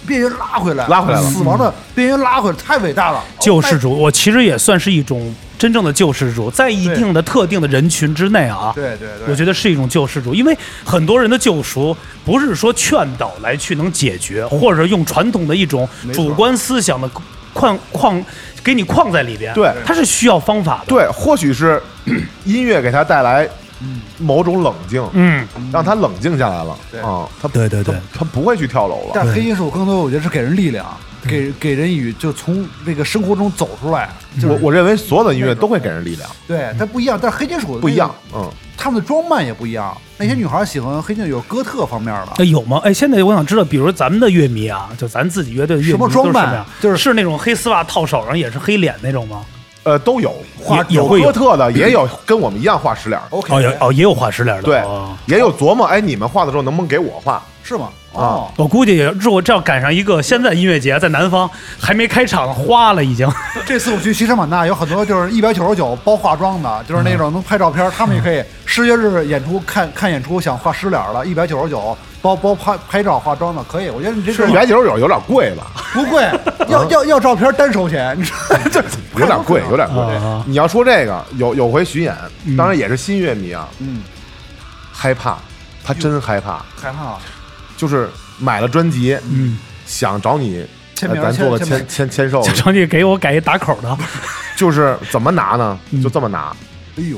边缘拉回来，
拉回来了嗯
死亡的边缘拉回来，太伟大了，哦
救世主，我其实也算是一种真正的救世主，在一定的特定的人群之内啊。
对对对，
我觉得是一种救世主，因为很多人的救赎不是说劝导来去能解决，或者用传统的一种主观思想的框框给你框在里边。
对
它是需要方法的。，
对，或许是 音乐给他带来某种冷静，
嗯，
让他冷静下来了
对
啊。他
对对对
他，他不会去跳楼了。
但黑金属更多，我觉得是给人力量，
嗯
给给人以就从这个生活中走出来。就是
我我认为所有的音乐都会给人力量，
对，它不一样，但是黑金属
嗯不一样，。嗯，
他们的装扮也不一样。那些女孩喜欢黑金属有哥特方面的，
那有吗？哎，现在我想知道，比如咱们的乐迷啊，就咱自己乐队的乐迷
什么
都是
装扮
什么呀
就是
是那种黑丝袜套手上也是黑脸那种吗？
呃，都有画
也
有
会有
哥特的，也有跟我们一样画石脸儿，
OK，
哦，有哦，也有画石脸的。
对
哦，
也有琢磨，哎，你们画的时候能不能给我画？
是吗？
啊
哦，
我估计也，如果这要赶上一个现在音乐节在南方还没开场，花了已经。
这次我去西双版纳，有很多就是一百九十九包化妆的，就是那
嗯
种能拍照片，他们也可以十月日演出看看演出，想画湿脸了，一百九十九包包拍拍照化妆的可以。我觉得你这
一
个
百九十九有点贵吧？
不贵， 要要要照片单收钱，你知道吗？ 这
有点贵，有点贵
啊。
你要说这个，有有回巡演，当然也是新乐迷啊，
嗯，
害怕，他真害怕，
害怕了。
就是买了专辑，
嗯，
想找你，
签
呃
名
咱做个
签签
签签签
哦
售，
成绩给我改一打口的。
就是怎么拿呢
嗯？
就这么拿，
哎呦，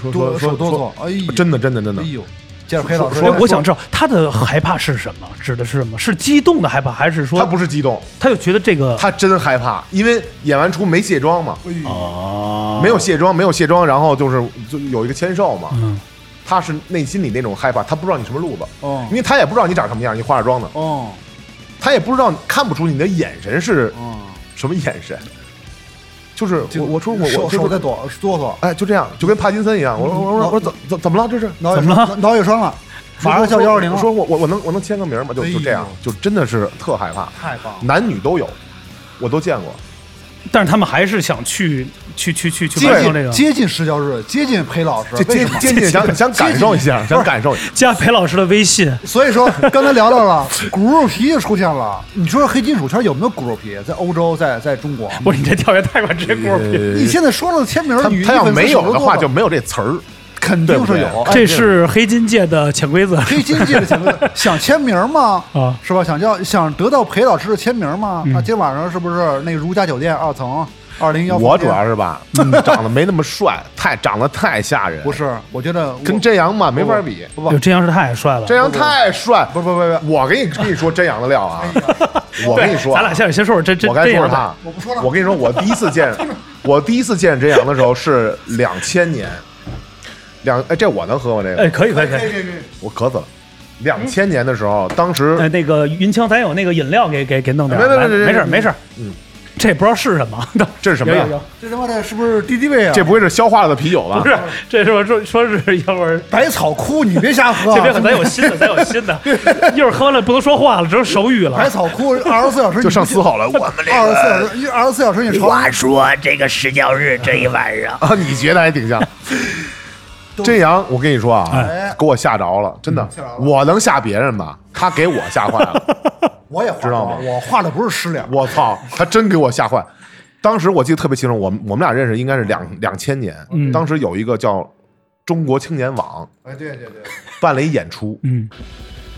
说
多
说
手
说
哆
说，
嗦，哎呦，
真的真的真的
哎，呦，接着裴老师
哎
说
来，
我想知道他的害怕是什么，指的是什么？是激动的害怕，还是说
他不是激动，
他就觉得这个
他真害怕，因为演完出没卸妆嘛，
哎呦
哦
没有卸妆，没有卸妆，然后就是就有一个签售嘛，
嗯
他是内心里那种害怕，他不知道你什么路子，
哦
因为他也不知道你长什么样，你化着妆呢，
哦
他也不知道看不出你的眼神是
哦，
什么眼神，就是
就
我我说我
手
我
手在
就是
哆哆嗦，
哎就这样，就跟帕金森一样，我我我我我怎怎怎么了这是？
脑血
怎么了
脑血栓了，马上叫幺二零
我
了，
说我我我能我能签个名吗？就就这样
哎，
就真的是特害怕，
太棒了，
男女都有，我都见过。
但是他们还是想去去去去去
接
完成这
近
个。
接近石教日，接近裴老师，
这
为
接
什么？
接近想想感受一下，想感受一下。
加裴老师的微信，
所以说刚才聊到了 骨肉皮就出现了，你说黑金属圈有没有骨肉皮？在欧洲，在在中国，
不是你这跳跃太快，直接给我
呃
你现在说了签名
他，
女
他要没有的话就
女粉丝手都哆嗦
没有这词儿，
肯定是有。
呃
哎
这是黑金界的潜规则
黑金界的请问， 想签名吗？
啊，
是吧？想要想得到裴老师的签名吗？
嗯
那今晚上是不是那如家酒店二层二零幺？
我主要是吧，嗯长得没那么帅，太长得太吓人，
不是，我觉得我
跟真阳嘛没法比。
不不
哟真阳是太帅了。
真阳太帅，
不不不不，
我给你跟你说真阳的料啊，我
对
跟你说啊，
咱俩先先说说真真
我该
真
说
阳
说
吧。
他，
我不说了
我跟你说，我第一次 见，我第一次见真阳的时候是两千年，两哎，这我能喝吗？这
哎，
个
可以可以可以。
这这
我咳死了。两千年的时候，当
哎，
时
那个云枪，咱有那个饮料给给给弄点儿。
没没
来没
没没
事儿
没
没事儿。
嗯，
这不知道是什么。
这是什么呀
有有有
这他妈的是不是敌敌畏啊？
这不会是消化了的啤酒吧
不？是，这是我说说是一会儿。
百草枯，你别瞎 喝啊
这！边咱有新的，咱有新的。一会儿喝了不能说话了，只能手语
百
了。
草枯二十四小时
就上嘶吼了，我们这
二十四小
个
时一二十四小时你朝
话说这个十教日这一晚上，
啊，你觉得还挺像。真阳，我跟你说啊
哎，
给我吓着了，真的
嗯吓着，了
我能吓别人吗？他给我吓坏了。
我也画
知道
过
吗
我画的不是失恋，
我操，他真给我吓坏。当时我记得特别清楚，我们我们俩认识应该是两两千年，
嗯
当时有一个叫中国青年网
哎对对对，
办了一演出，
嗯，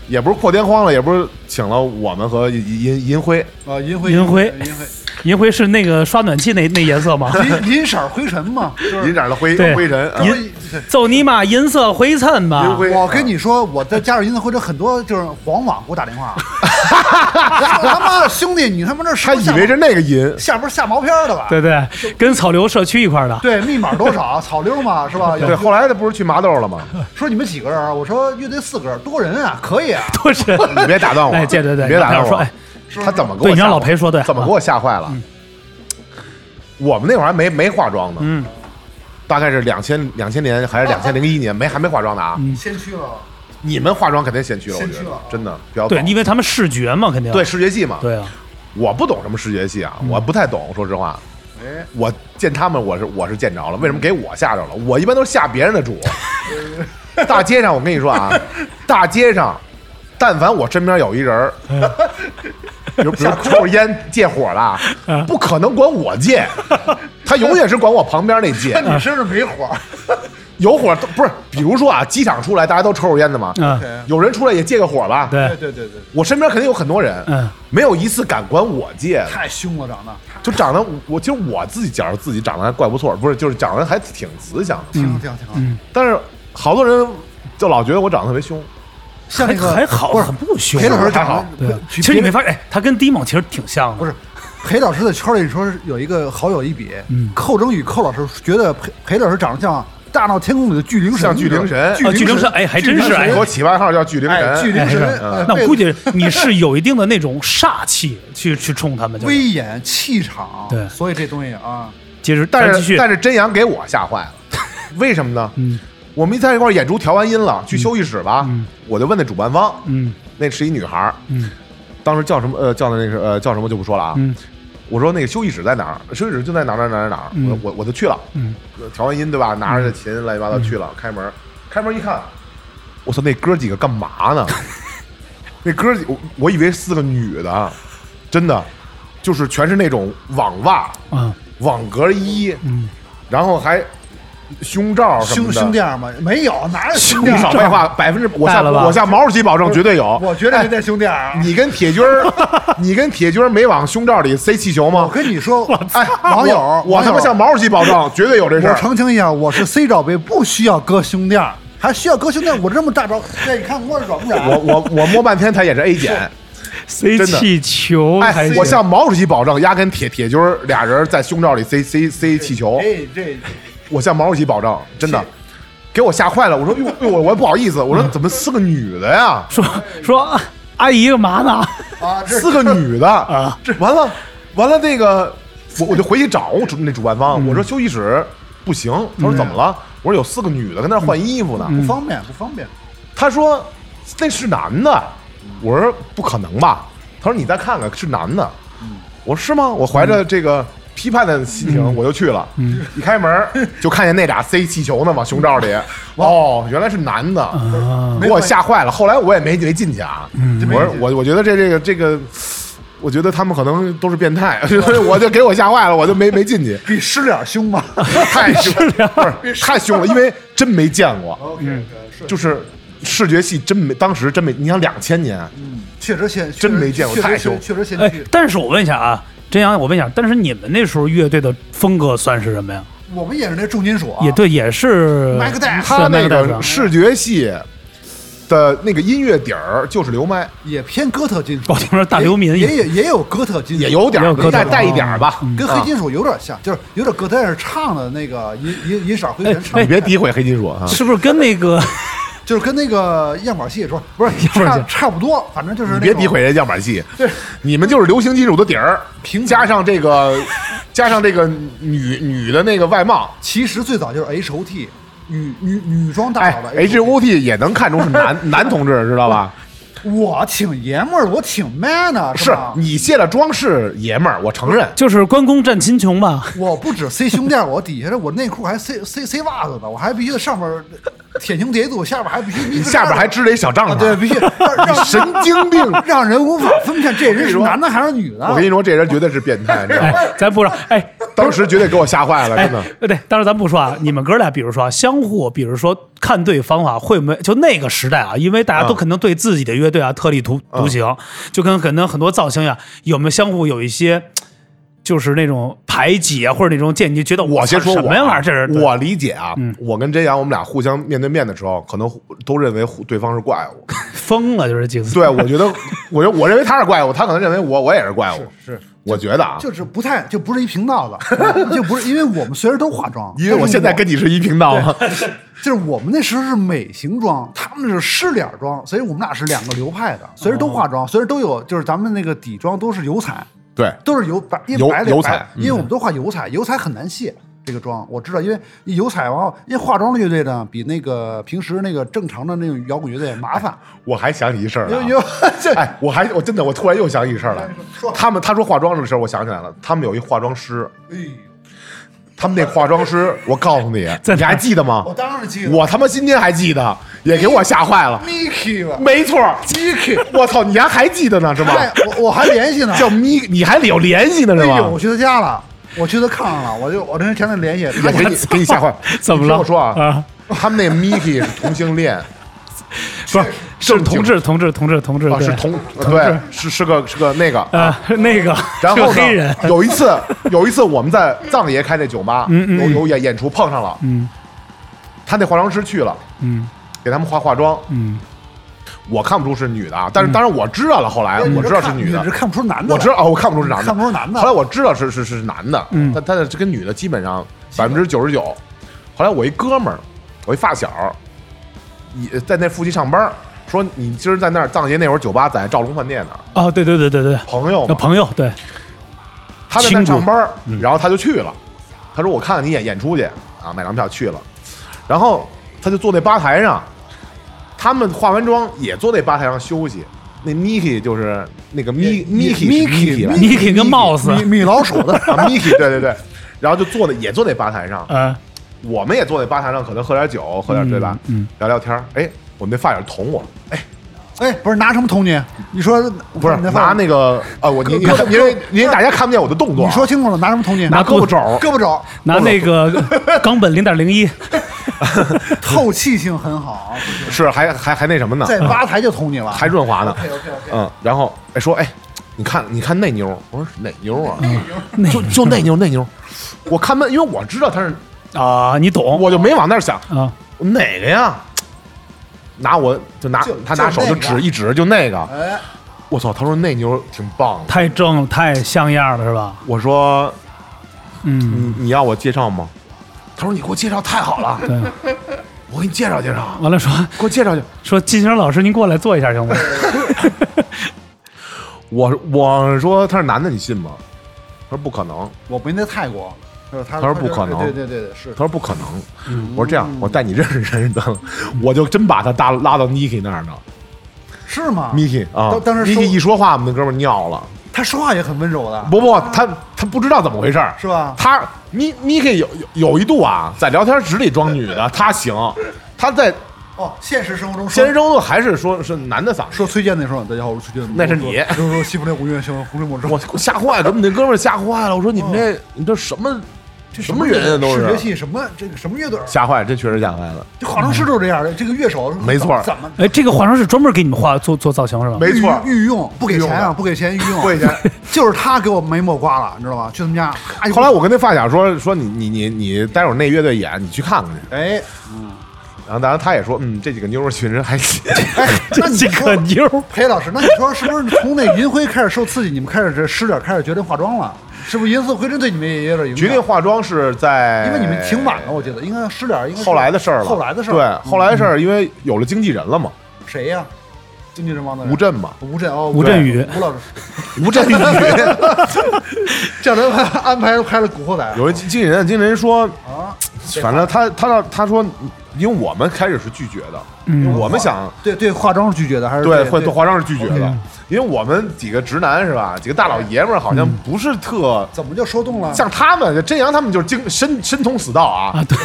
也不是破天荒了，也不是请了我们和银银银辉，
啊银灰
银灰
银灰
银辉是那个刷暖气那那颜色 吗？
银银色灰尘嘛，就是
银染了灰
对
灰尘，啊
银
揍你妈银色灰尘
银
嘛！
灰。
我跟你说，我在加入银色会者很多就是黄网给我打电 话，说他妈兄弟，你他妈这是不
他
是
以
下
为是那个银，
下边下毛片的吧？
对对，跟草榴社区一块儿的。
对，密码多少？草溜嘛是吧？有
对，后来他不是去麻豆了吗？
说你们几个人啊？我说乐队四个人，多人啊，可以啊。
都是。
你别打断我，
哎，对对对，
你别打
他
断
说，
我
哎，，
他怎么给我吓坏？
对，你让老裴说对，
怎么给我吓坏了？我们那会儿还没没化妆呢，
嗯，
大概是两千两千年还是两千零一年，没还没化妆呢
嗯
啊。
先去 了，
你们化妆肯定先去了，我
先
觉
去
得
了
真的比较
对，因
为
为他们视觉嘛，肯定
对视觉系嘛，
对啊，
我不懂什么视觉系啊，我不太懂，说实话。
哎，
我见他们，我是我是见着了，为什么给我吓着了？我一般都是吓别人 的主。大街上，我跟你说啊，大街上，但凡我身边有一 人儿，比如比如抽着烟借火
啊
了，不可能管 我借，他永远是管我旁边那借。
嗯
你身上没 火，
有火都不是，比如说啊，机场出来大家都抽着烟的嘛，
嗯，
有人出来也借个火吧。
对
对，对对对，
我身边肯定有很多人，
嗯，
没有一次敢管我借的。
太凶了，长得
就长得我我其实我自己觉得自己长得还怪不错，不是就是长得还挺慈祥的，
挺
嗯
好挺好挺好，
但是好多人就老觉得我长得特别凶，
像
还
那个
还好，很不凶。
裴老师
还好
长
对
得
啊，其实你没发现，哎，他跟 Dimo 其实挺像
不
的，
是，裴老师的圈里说是有一个好友一比，
嗯
寇征宇寇老师觉得裴裴老师长得像《大闹天宫》里的巨灵神，
像巨灵神
你知道吗
啊巨灵神哎还真是哎
给我起外号叫巨灵
哎，巨
人，
灵神
哎是，
哎
那
被
我估计你是有一定的那种煞气去去冲他们，就是
威严气场，
对
所以这东西啊，
接着
但
咱继
是
续，
但是真阳给我吓坏了，为什么呢？
嗯
我们在一块儿演出调完音了，去休息室吧，
嗯
我就问那主办方，
嗯
那是一女孩儿，
嗯
当时叫什么呃叫的那是呃叫什么就不说了啊，
嗯
我说那个休息室在哪儿？休息室就在哪儿哪儿哪儿哪儿，
嗯
我我我就去了，呃
嗯，
调完音对吧？拿着这琴乱七八糟去了，开门，开门一看，我操，那哥几个干嘛呢？ 那哥几我我以为四个女的，真的，就是全是那种网袜、
啊
网格衣，
嗯，
然后还胸罩哦什
胸
么的。
胸垫儿吗？没有，哪有胸
你
垫儿？
少废话，百分之我下
带了吧
我下毛主席保证绝对有。哎
我觉得没带胸垫儿啊。
你跟铁军儿，你跟铁军儿没往胸罩里塞气球
我
吗？
跟你说，哎，
网
网友，
我他妈向
想，
毛主席保证，绝对有这事
我
儿。
澄清一下，我是 C 罩杯，不需要割胸垫儿，还需要割胸垫儿？我这么大招，对，你看摸着软不软？啊
我我我摸半天，他也是 A 减。
塞
真的
气球还
哎，
行
我向毛主席保证，压根铁铁军儿俩人在胸罩里塞塞塞气球，
哎，这
我向毛主席保证，真的
是，
给我吓坏了。我说哟，哟我我不好意思，我说怎么四个女的呀？
说说啊阿姨干嘛呢？
啊，这
四个女的
啊，
这完了完了那个，我我就回去找我主那主办方，我说休息室不行，他说怎么了？我说有四个女的跟那儿换衣服呢，
不方便，不方便。
他说那是男的，我说不可能吧？他说你再看看是男的，我说是吗？我怀着这个批判的心情，我就去了。一开门就看见那俩塞气球呢，往胸罩里。哦，原来是男的，给我吓坏了。后来我也没没进去啊，我说我我觉得这这个这个。我觉得他们可能都是变态， 我就给我吓坏了，我就没没进去，
比失恋凶 吧？
太凶，不是太凶了，因为真没见过，
OK，
就是视觉系真没，当时真没，你想两千年，
确实先
真没见过
确实
太
先
凶
确实先
哎
去，。
但是我问一下啊，真阳，我问一下，但是你们那时候乐队的风格算是什么呀？
我们也是那重金属啊，
也对，也是
麦克戴
是
他那
麦克戴
个
夫
视觉系的那个音乐底儿就是刘麦，
也偏哥特金属，
我听说大流民
也也也也有哥特金属，
也有啊点
也有
儿
疙瘩
带带一点儿吧，
跟黑金属有点像，就是有点哥特，但是唱的那个音音音色会全唱
你，哎别诋毁黑金属啊，
是不是跟那个
就是跟那个样板戏说不是
板
差
戏。
差不多，反正就是
你
那
别
种
诋毁人家样板戏，你们就是流行金属的底儿，
平
加上这个，加上这个女女的那个外貌，
其实最早就是 H O T 女女女装大
哎
佬的
，H O T 也能看出是 男男同志，知道吧？
我挺爷们儿的，我挺 man 的，
是
吧？
你卸了妆是爷们儿，我承认
就是关公战秦琼吧？
我不止塞胸垫，我底下这我内裤还塞塞塞袜子呢，我还必须得上面舔胸叠肚，下边还必须眯
你
着
下边
眼
还支了一小帐
啊，
篷，
对， 必须让让
神经病！
让人无法分辨这人是男的还是女的。
我跟你说，这人绝对是变态，你知道吗？
哎，咱不说，哎
当时绝对给我吓坏了，
哎
真的。，
对，但是咱不说啊，你们哥俩，比如说啊相互，比如说看对方啊，会没就那个时代啊，因为大家都
嗯
可能对自己的乐队啊特立独独行，就跟可能很多造型呀、有没有相互有一些。就是那种排挤啊，或者那种见你就觉得
我先说
操
我
什
啊
么呀玩意儿，这是对嗯
我理解啊，我跟真阳我们俩互相面对面的时候，可能互都认为互对方是怪物。
疯了，就是几次。
对，我觉得，我认我认为他是怪物，他可能认为我我也是怪物。
是，
我觉得啊，
就是不太就不是一频道的，就不是因为我们虽然都化妆，
因为我现在跟你是一频道啊嘛。
就是我们那时候是美型妆，他们是湿脸妆，所以我们俩是两个流派的。虽然
哦
都化妆，虽然都有，就是咱们那个底妆都是油彩，
对，
都是油白，因为
油
白里
油
白
彩嗯
因为我们都画油彩，油彩很难卸。这个妆我知道，因为油彩然后因为化妆的乐队呢，比那个平时那个正常的那种摇滚乐队麻烦，
我还想起一事儿来
因
啊
为因为这
哎，我还我真的我突然又想起一事儿来，他们他说化妆的时候，我想起来了，他们有一化妆师，他们那化妆师，我告诉你，
在哪儿
你还记得吗
我？当然记得
我他妈今天还记得，也给我吓坏了。
Mickey 吧
没错儿，
，Mickey，
我操，你还还记得呢是吧？
哎，我我还联系呢，
叫咪，你还有联系呢是
哎
吧
呦，？我去他家了，我去他炕上了，我就我那天前天联系，
我给你给你吓坏，
怎么
你
了？
听我说啊
啊，，
他们那 Mickey 是同性恋，
不是是
正经
同志，同志，同志，同志，
啊
对
是同对是是个是个那个，
啊， 那个
然
是个
后
黑人
呢，有一次有一次我们在藏爷开那酒吧，有有演演出碰上了，
嗯
他那化妆师去了，
嗯
给他们化化妆，
嗯，
我看不出是女的啊，但是当然我知道了，后来
你
我知道是
看
女
你是
的。
看不出男的来，
我知道哦，我看不出是男的，
看不出男的
后来我知道是是是男的，
嗯
但但是跟女的基本上百分之九十九。后来我一哥们儿，我一发小，也在那附近上班，说你今儿在那儿藏爷那会儿酒吧在兆龙饭店那儿，
哦，对对对对对，
朋友
那
嘛，
朋友对，
他在那
亲
儿
属嗯
上班，然后他就去了。他说我看看你演演出去啊，买张票去了。然后他就坐那吧台上，他们化完妆也坐那吧台上休息。那 Niki 就是那个 Mi Niki
米 Mickey 跟 Mouse
米米老鼠 的，
啊 Miki 对对对，然后就坐的也坐那吧 台上，
呃，
我们也坐在吧台上，可能喝点酒，喝点对吧？
嗯嗯
聊聊天儿。哎，我们那发小捅我，哎，
哎，不是拿什么捅你？你说
不是拿那个啊，我您您
胳膊
因为因为大家看不见我的动作啊，
你说清楚了，拿什么捅你？
拿
胳膊肘儿，
胳膊肘，
拿那个冈本零点零一，
透气性很 好，
是还还还那什么呢？
在吧台就捅你了，
还润滑呢。
OK OK，
嗯，然后哎说哎，你看你看那妞儿，我说哪妞儿啊？就就那妞儿那妞儿，我看她，因为我知道她是，
啊，你懂
我就没往那儿想
啊？
哪个呀。拿我就拿
就
他拿
就
手
那
就
个
指一指，就那个，
哎，
我操！他说那妞儿挺棒的。
太正了，太像样了，是吧？
我说
嗯，
你你要我介绍吗？他说你给我介绍太好了，
对。
我给你介绍介绍，
完了说
给我介绍介绍。
说金星老师，您过来坐一下行吗？
我我说他是男的，你信吗？他说不可能，
我没在泰国，就是他
他说不可能
对对对对，是
他说不可能。我说这样，我带你认识认识得了，我就真把他拉拉到 Niki 那儿呢。
是吗？
Niki 啊
当当时
Niki 一
说
说话，我们那哥们儿尿了。
他说话也很温柔的，
不不，他他不知道怎么回事儿
是吧
他 Ni Niki 有有有一度啊，在聊天室里装女的，他行。他在
哦，现实生活中说
现实生活中还是说是男的嗓子，
说崔健那时候，大家好，我是崔健，
那是你
我说西普林五月星，洪水猛兽，
我吓坏了，给我们那哥们儿吓坏了。我说你们这你这什么
这
什么人啊都
视
是
觉系什么这个什么乐队儿，
吓坏了，真确实吓坏了。
就化妆师都是这样的，这个乐手
没错
怎么
哎，这个化妆师专门给你们画做做造型是吧？
没错
御御用不给钱
御用
啊，
的
不给钱御用，
不给钱，
就是他给我眉毛刮了，你知道吗？去他们家，咔一
后来我跟那发小说说你你你你待会儿那乐队演，你去看看去。
哎，
然后当然他也说，嗯，这几个妞儿确实还行。
哎，那你
这个
说
妞 儿
裴老师，那你说是不是从那银灰开始受刺激，你们开始这师姐开始决定化妆了？是不是银色灰针对你们也有点影响？
决定化妆是在，
因为你们挺晚了，我记得应该师姐应该是
后来的事儿了，嗯
后来的事儿，
对，后来的事儿，因为有了经纪人了嘛，
谁呀？经纪人王大
吴震嘛，
吴镇哦，
吴镇宇
吴老师，
吴镇宇。
叫人安排拍了《古惑仔》，
有一经纪人，经纪人说，
啊，
反正他他他说，因为我们开始是拒绝的，因嗯为我们想
对对，化妆是拒绝的还是
对，
对
会做化妆是拒绝的，因为我们几个直男是吧？几个大老爷们儿好像不是特
怎么就说动了？
像他们，真阳他们就是经身身同死道啊，
啊，对，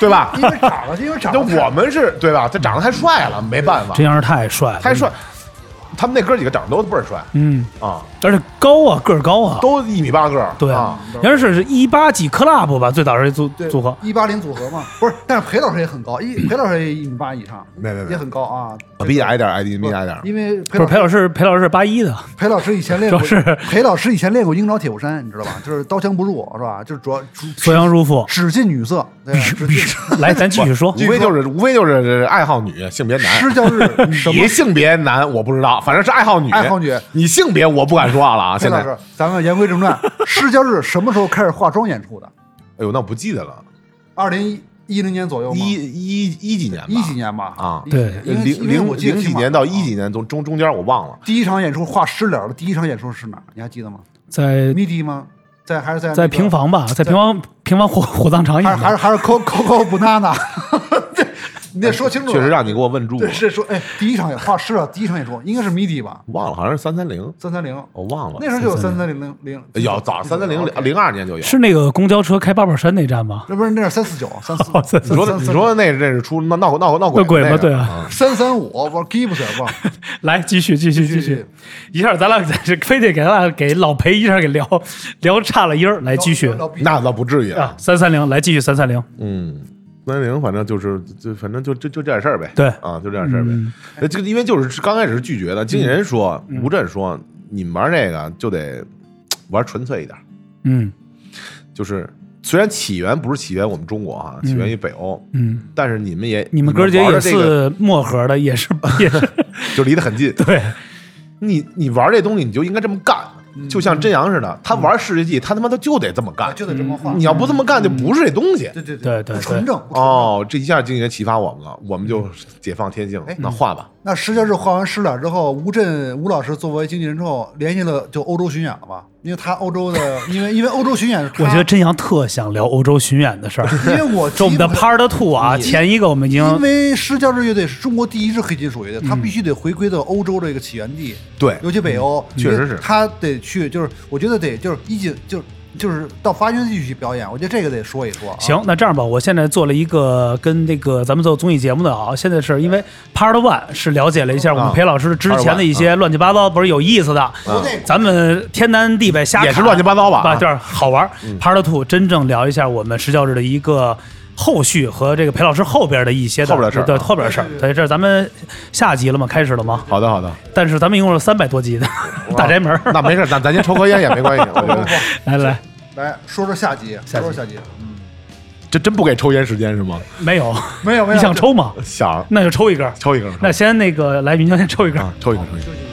对吧？
因为长得，因为长
就
得
我们是对吧？他长得太帅了，没办法
这，样是太帅了，
太帅。他们那哥几个长得都倍儿帅
嗯，
啊，
而且高啊，个儿高啊，
都一米八个儿，
对
啊，，
原来是是一八几 club 吧，最早是组
对
组合，
一八零组合嘛，不是，但是裴老师也很高，一裴老师也一米八以上，
没没没
也很高啊，
我比你矮点儿，比你矮点儿。
因为
不是裴老师，裴老师是八一的，
裴老师以前练 过，
主要是
裴老师以前练过鹰爪铁布衫，你知道吧？ 就是刀枪不入，是吧？就是主要 主
缩阳如父。
只进女色，对吧只进
来，咱继续说，
无非就是无非就是爱好女，性别男。
失教 日什么
你？性别男我不知道，反正是爱好女。
爱好女，
你性别我不敢说话了 啊！
裴
现在，
老
哎
师，咱们言归正传， 失教日什么时候开始化妆演出的？
哎呦，那我不记得了，
二零一零年左右吗？
一一一几年吧，
一几年吧？
啊
一几年
对
因为
零
因为
零
我记得
零
挺
几
晚
年到
的啊
一几年中中中间我忘了，
第一场演出画湿脸的第一场演出是哪儿？你还记得吗
在
？MIDI 吗？在还是在
在
那个
平房吧，在平房平房火火葬场演
还是
的，
还是还是 Coco Coco Banana？对 你得说清楚。
确实让你给我问住
对
了，
是说哎，第一场演画湿了，第一场演出应该是 MIDI 吧？
忘了好像是三三零，
三三零，
我忘了
那时候就有三三零零零，
有早哎三三零零二年就有。
是那个公交车开八宝山那站吗？
那不是那是三四九啊三 四，
你
你说的你说的那是那是出闹闹闹闹鬼
闹鬼
那
吗
个
对啊
啊，
三三五，我 Gibbs 不
来，继续继哎续继续，一下咱俩这非得给咱俩给老裴一下给聊聊差了音儿，哎来继续
老毕
那倒不至于
啊，，三三零，来继续三三零，
嗯，三零反正就是就反正就就就这点事儿呗。
对
啊，就这点事儿呗。
嗯
那这个因为就是刚开始是拒绝的，经纪人说，吴震说，你们玩这个就得嘖玩纯粹一点，
嗯
就是虽然起源不是起源我们中国啊，起源于北欧，
嗯，
但是你们也
你们哥儿姐
玩
也
的这个
是漠河的，也是也 是。
就离得很近
对，
你你玩这东西你就应该这么干，就像真阳似的，他玩世界纪他他妈的就得这么干，
啊就得这么画。
你要不这么干就不是这东西。
对对
对对
不纯正。不纯
哦，这一下经纪人启发我们了，我们就解放天性，那画吧。
那实际上是画完湿脸之后，吴震吴老师作为经纪人之后，联系了就欧洲巡演了吧？因为他欧洲的，因为因为欧洲巡演是他，
我觉得真阳特想聊欧洲巡演的事儿，
因为我
这我们的
基本
Part Two 啊，前一个我们已
嗯因
经嗯
为失教日乐队是中国第一支黑金属乐队，它必须得回归到欧洲这个起源地，
对
尤其北欧，
确实是
他得去，就是我觉得得就是一进就就是到发源地去表演，我觉得这个得说一说啊。
行，那这样吧，我现在做了一个跟那个咱们做综艺节目的啊，现在是因为 Part One 是了解了一下我们
啊
裴老师之
Part
前
One，啊
的一些乱七八糟，不是有意思的，
国内
咱们天南地北瞎
也是
侃
乱七八糟吧啊
就是好玩。Part Two 真正聊一下我们石教制的一个后续和这个裴老师后边的一些
后边的事儿
对
啊
后边的事儿。对，这是咱们下集了吗？开始了吗？
好的，好的，
但是咱们一共是三百多集的 大宅门儿。
那没事，咱咱先抽根烟也没关系。我觉得
来来，
来说说下集，
下集
说说下集，
这真不给抽烟时间是吗？
没有，
没有没 有，
你想抽吗？
想
那就抽一根儿。
抽一根儿，
那先那个来云霄先抽一根儿。
啊，抽一根儿，抽一根儿。
就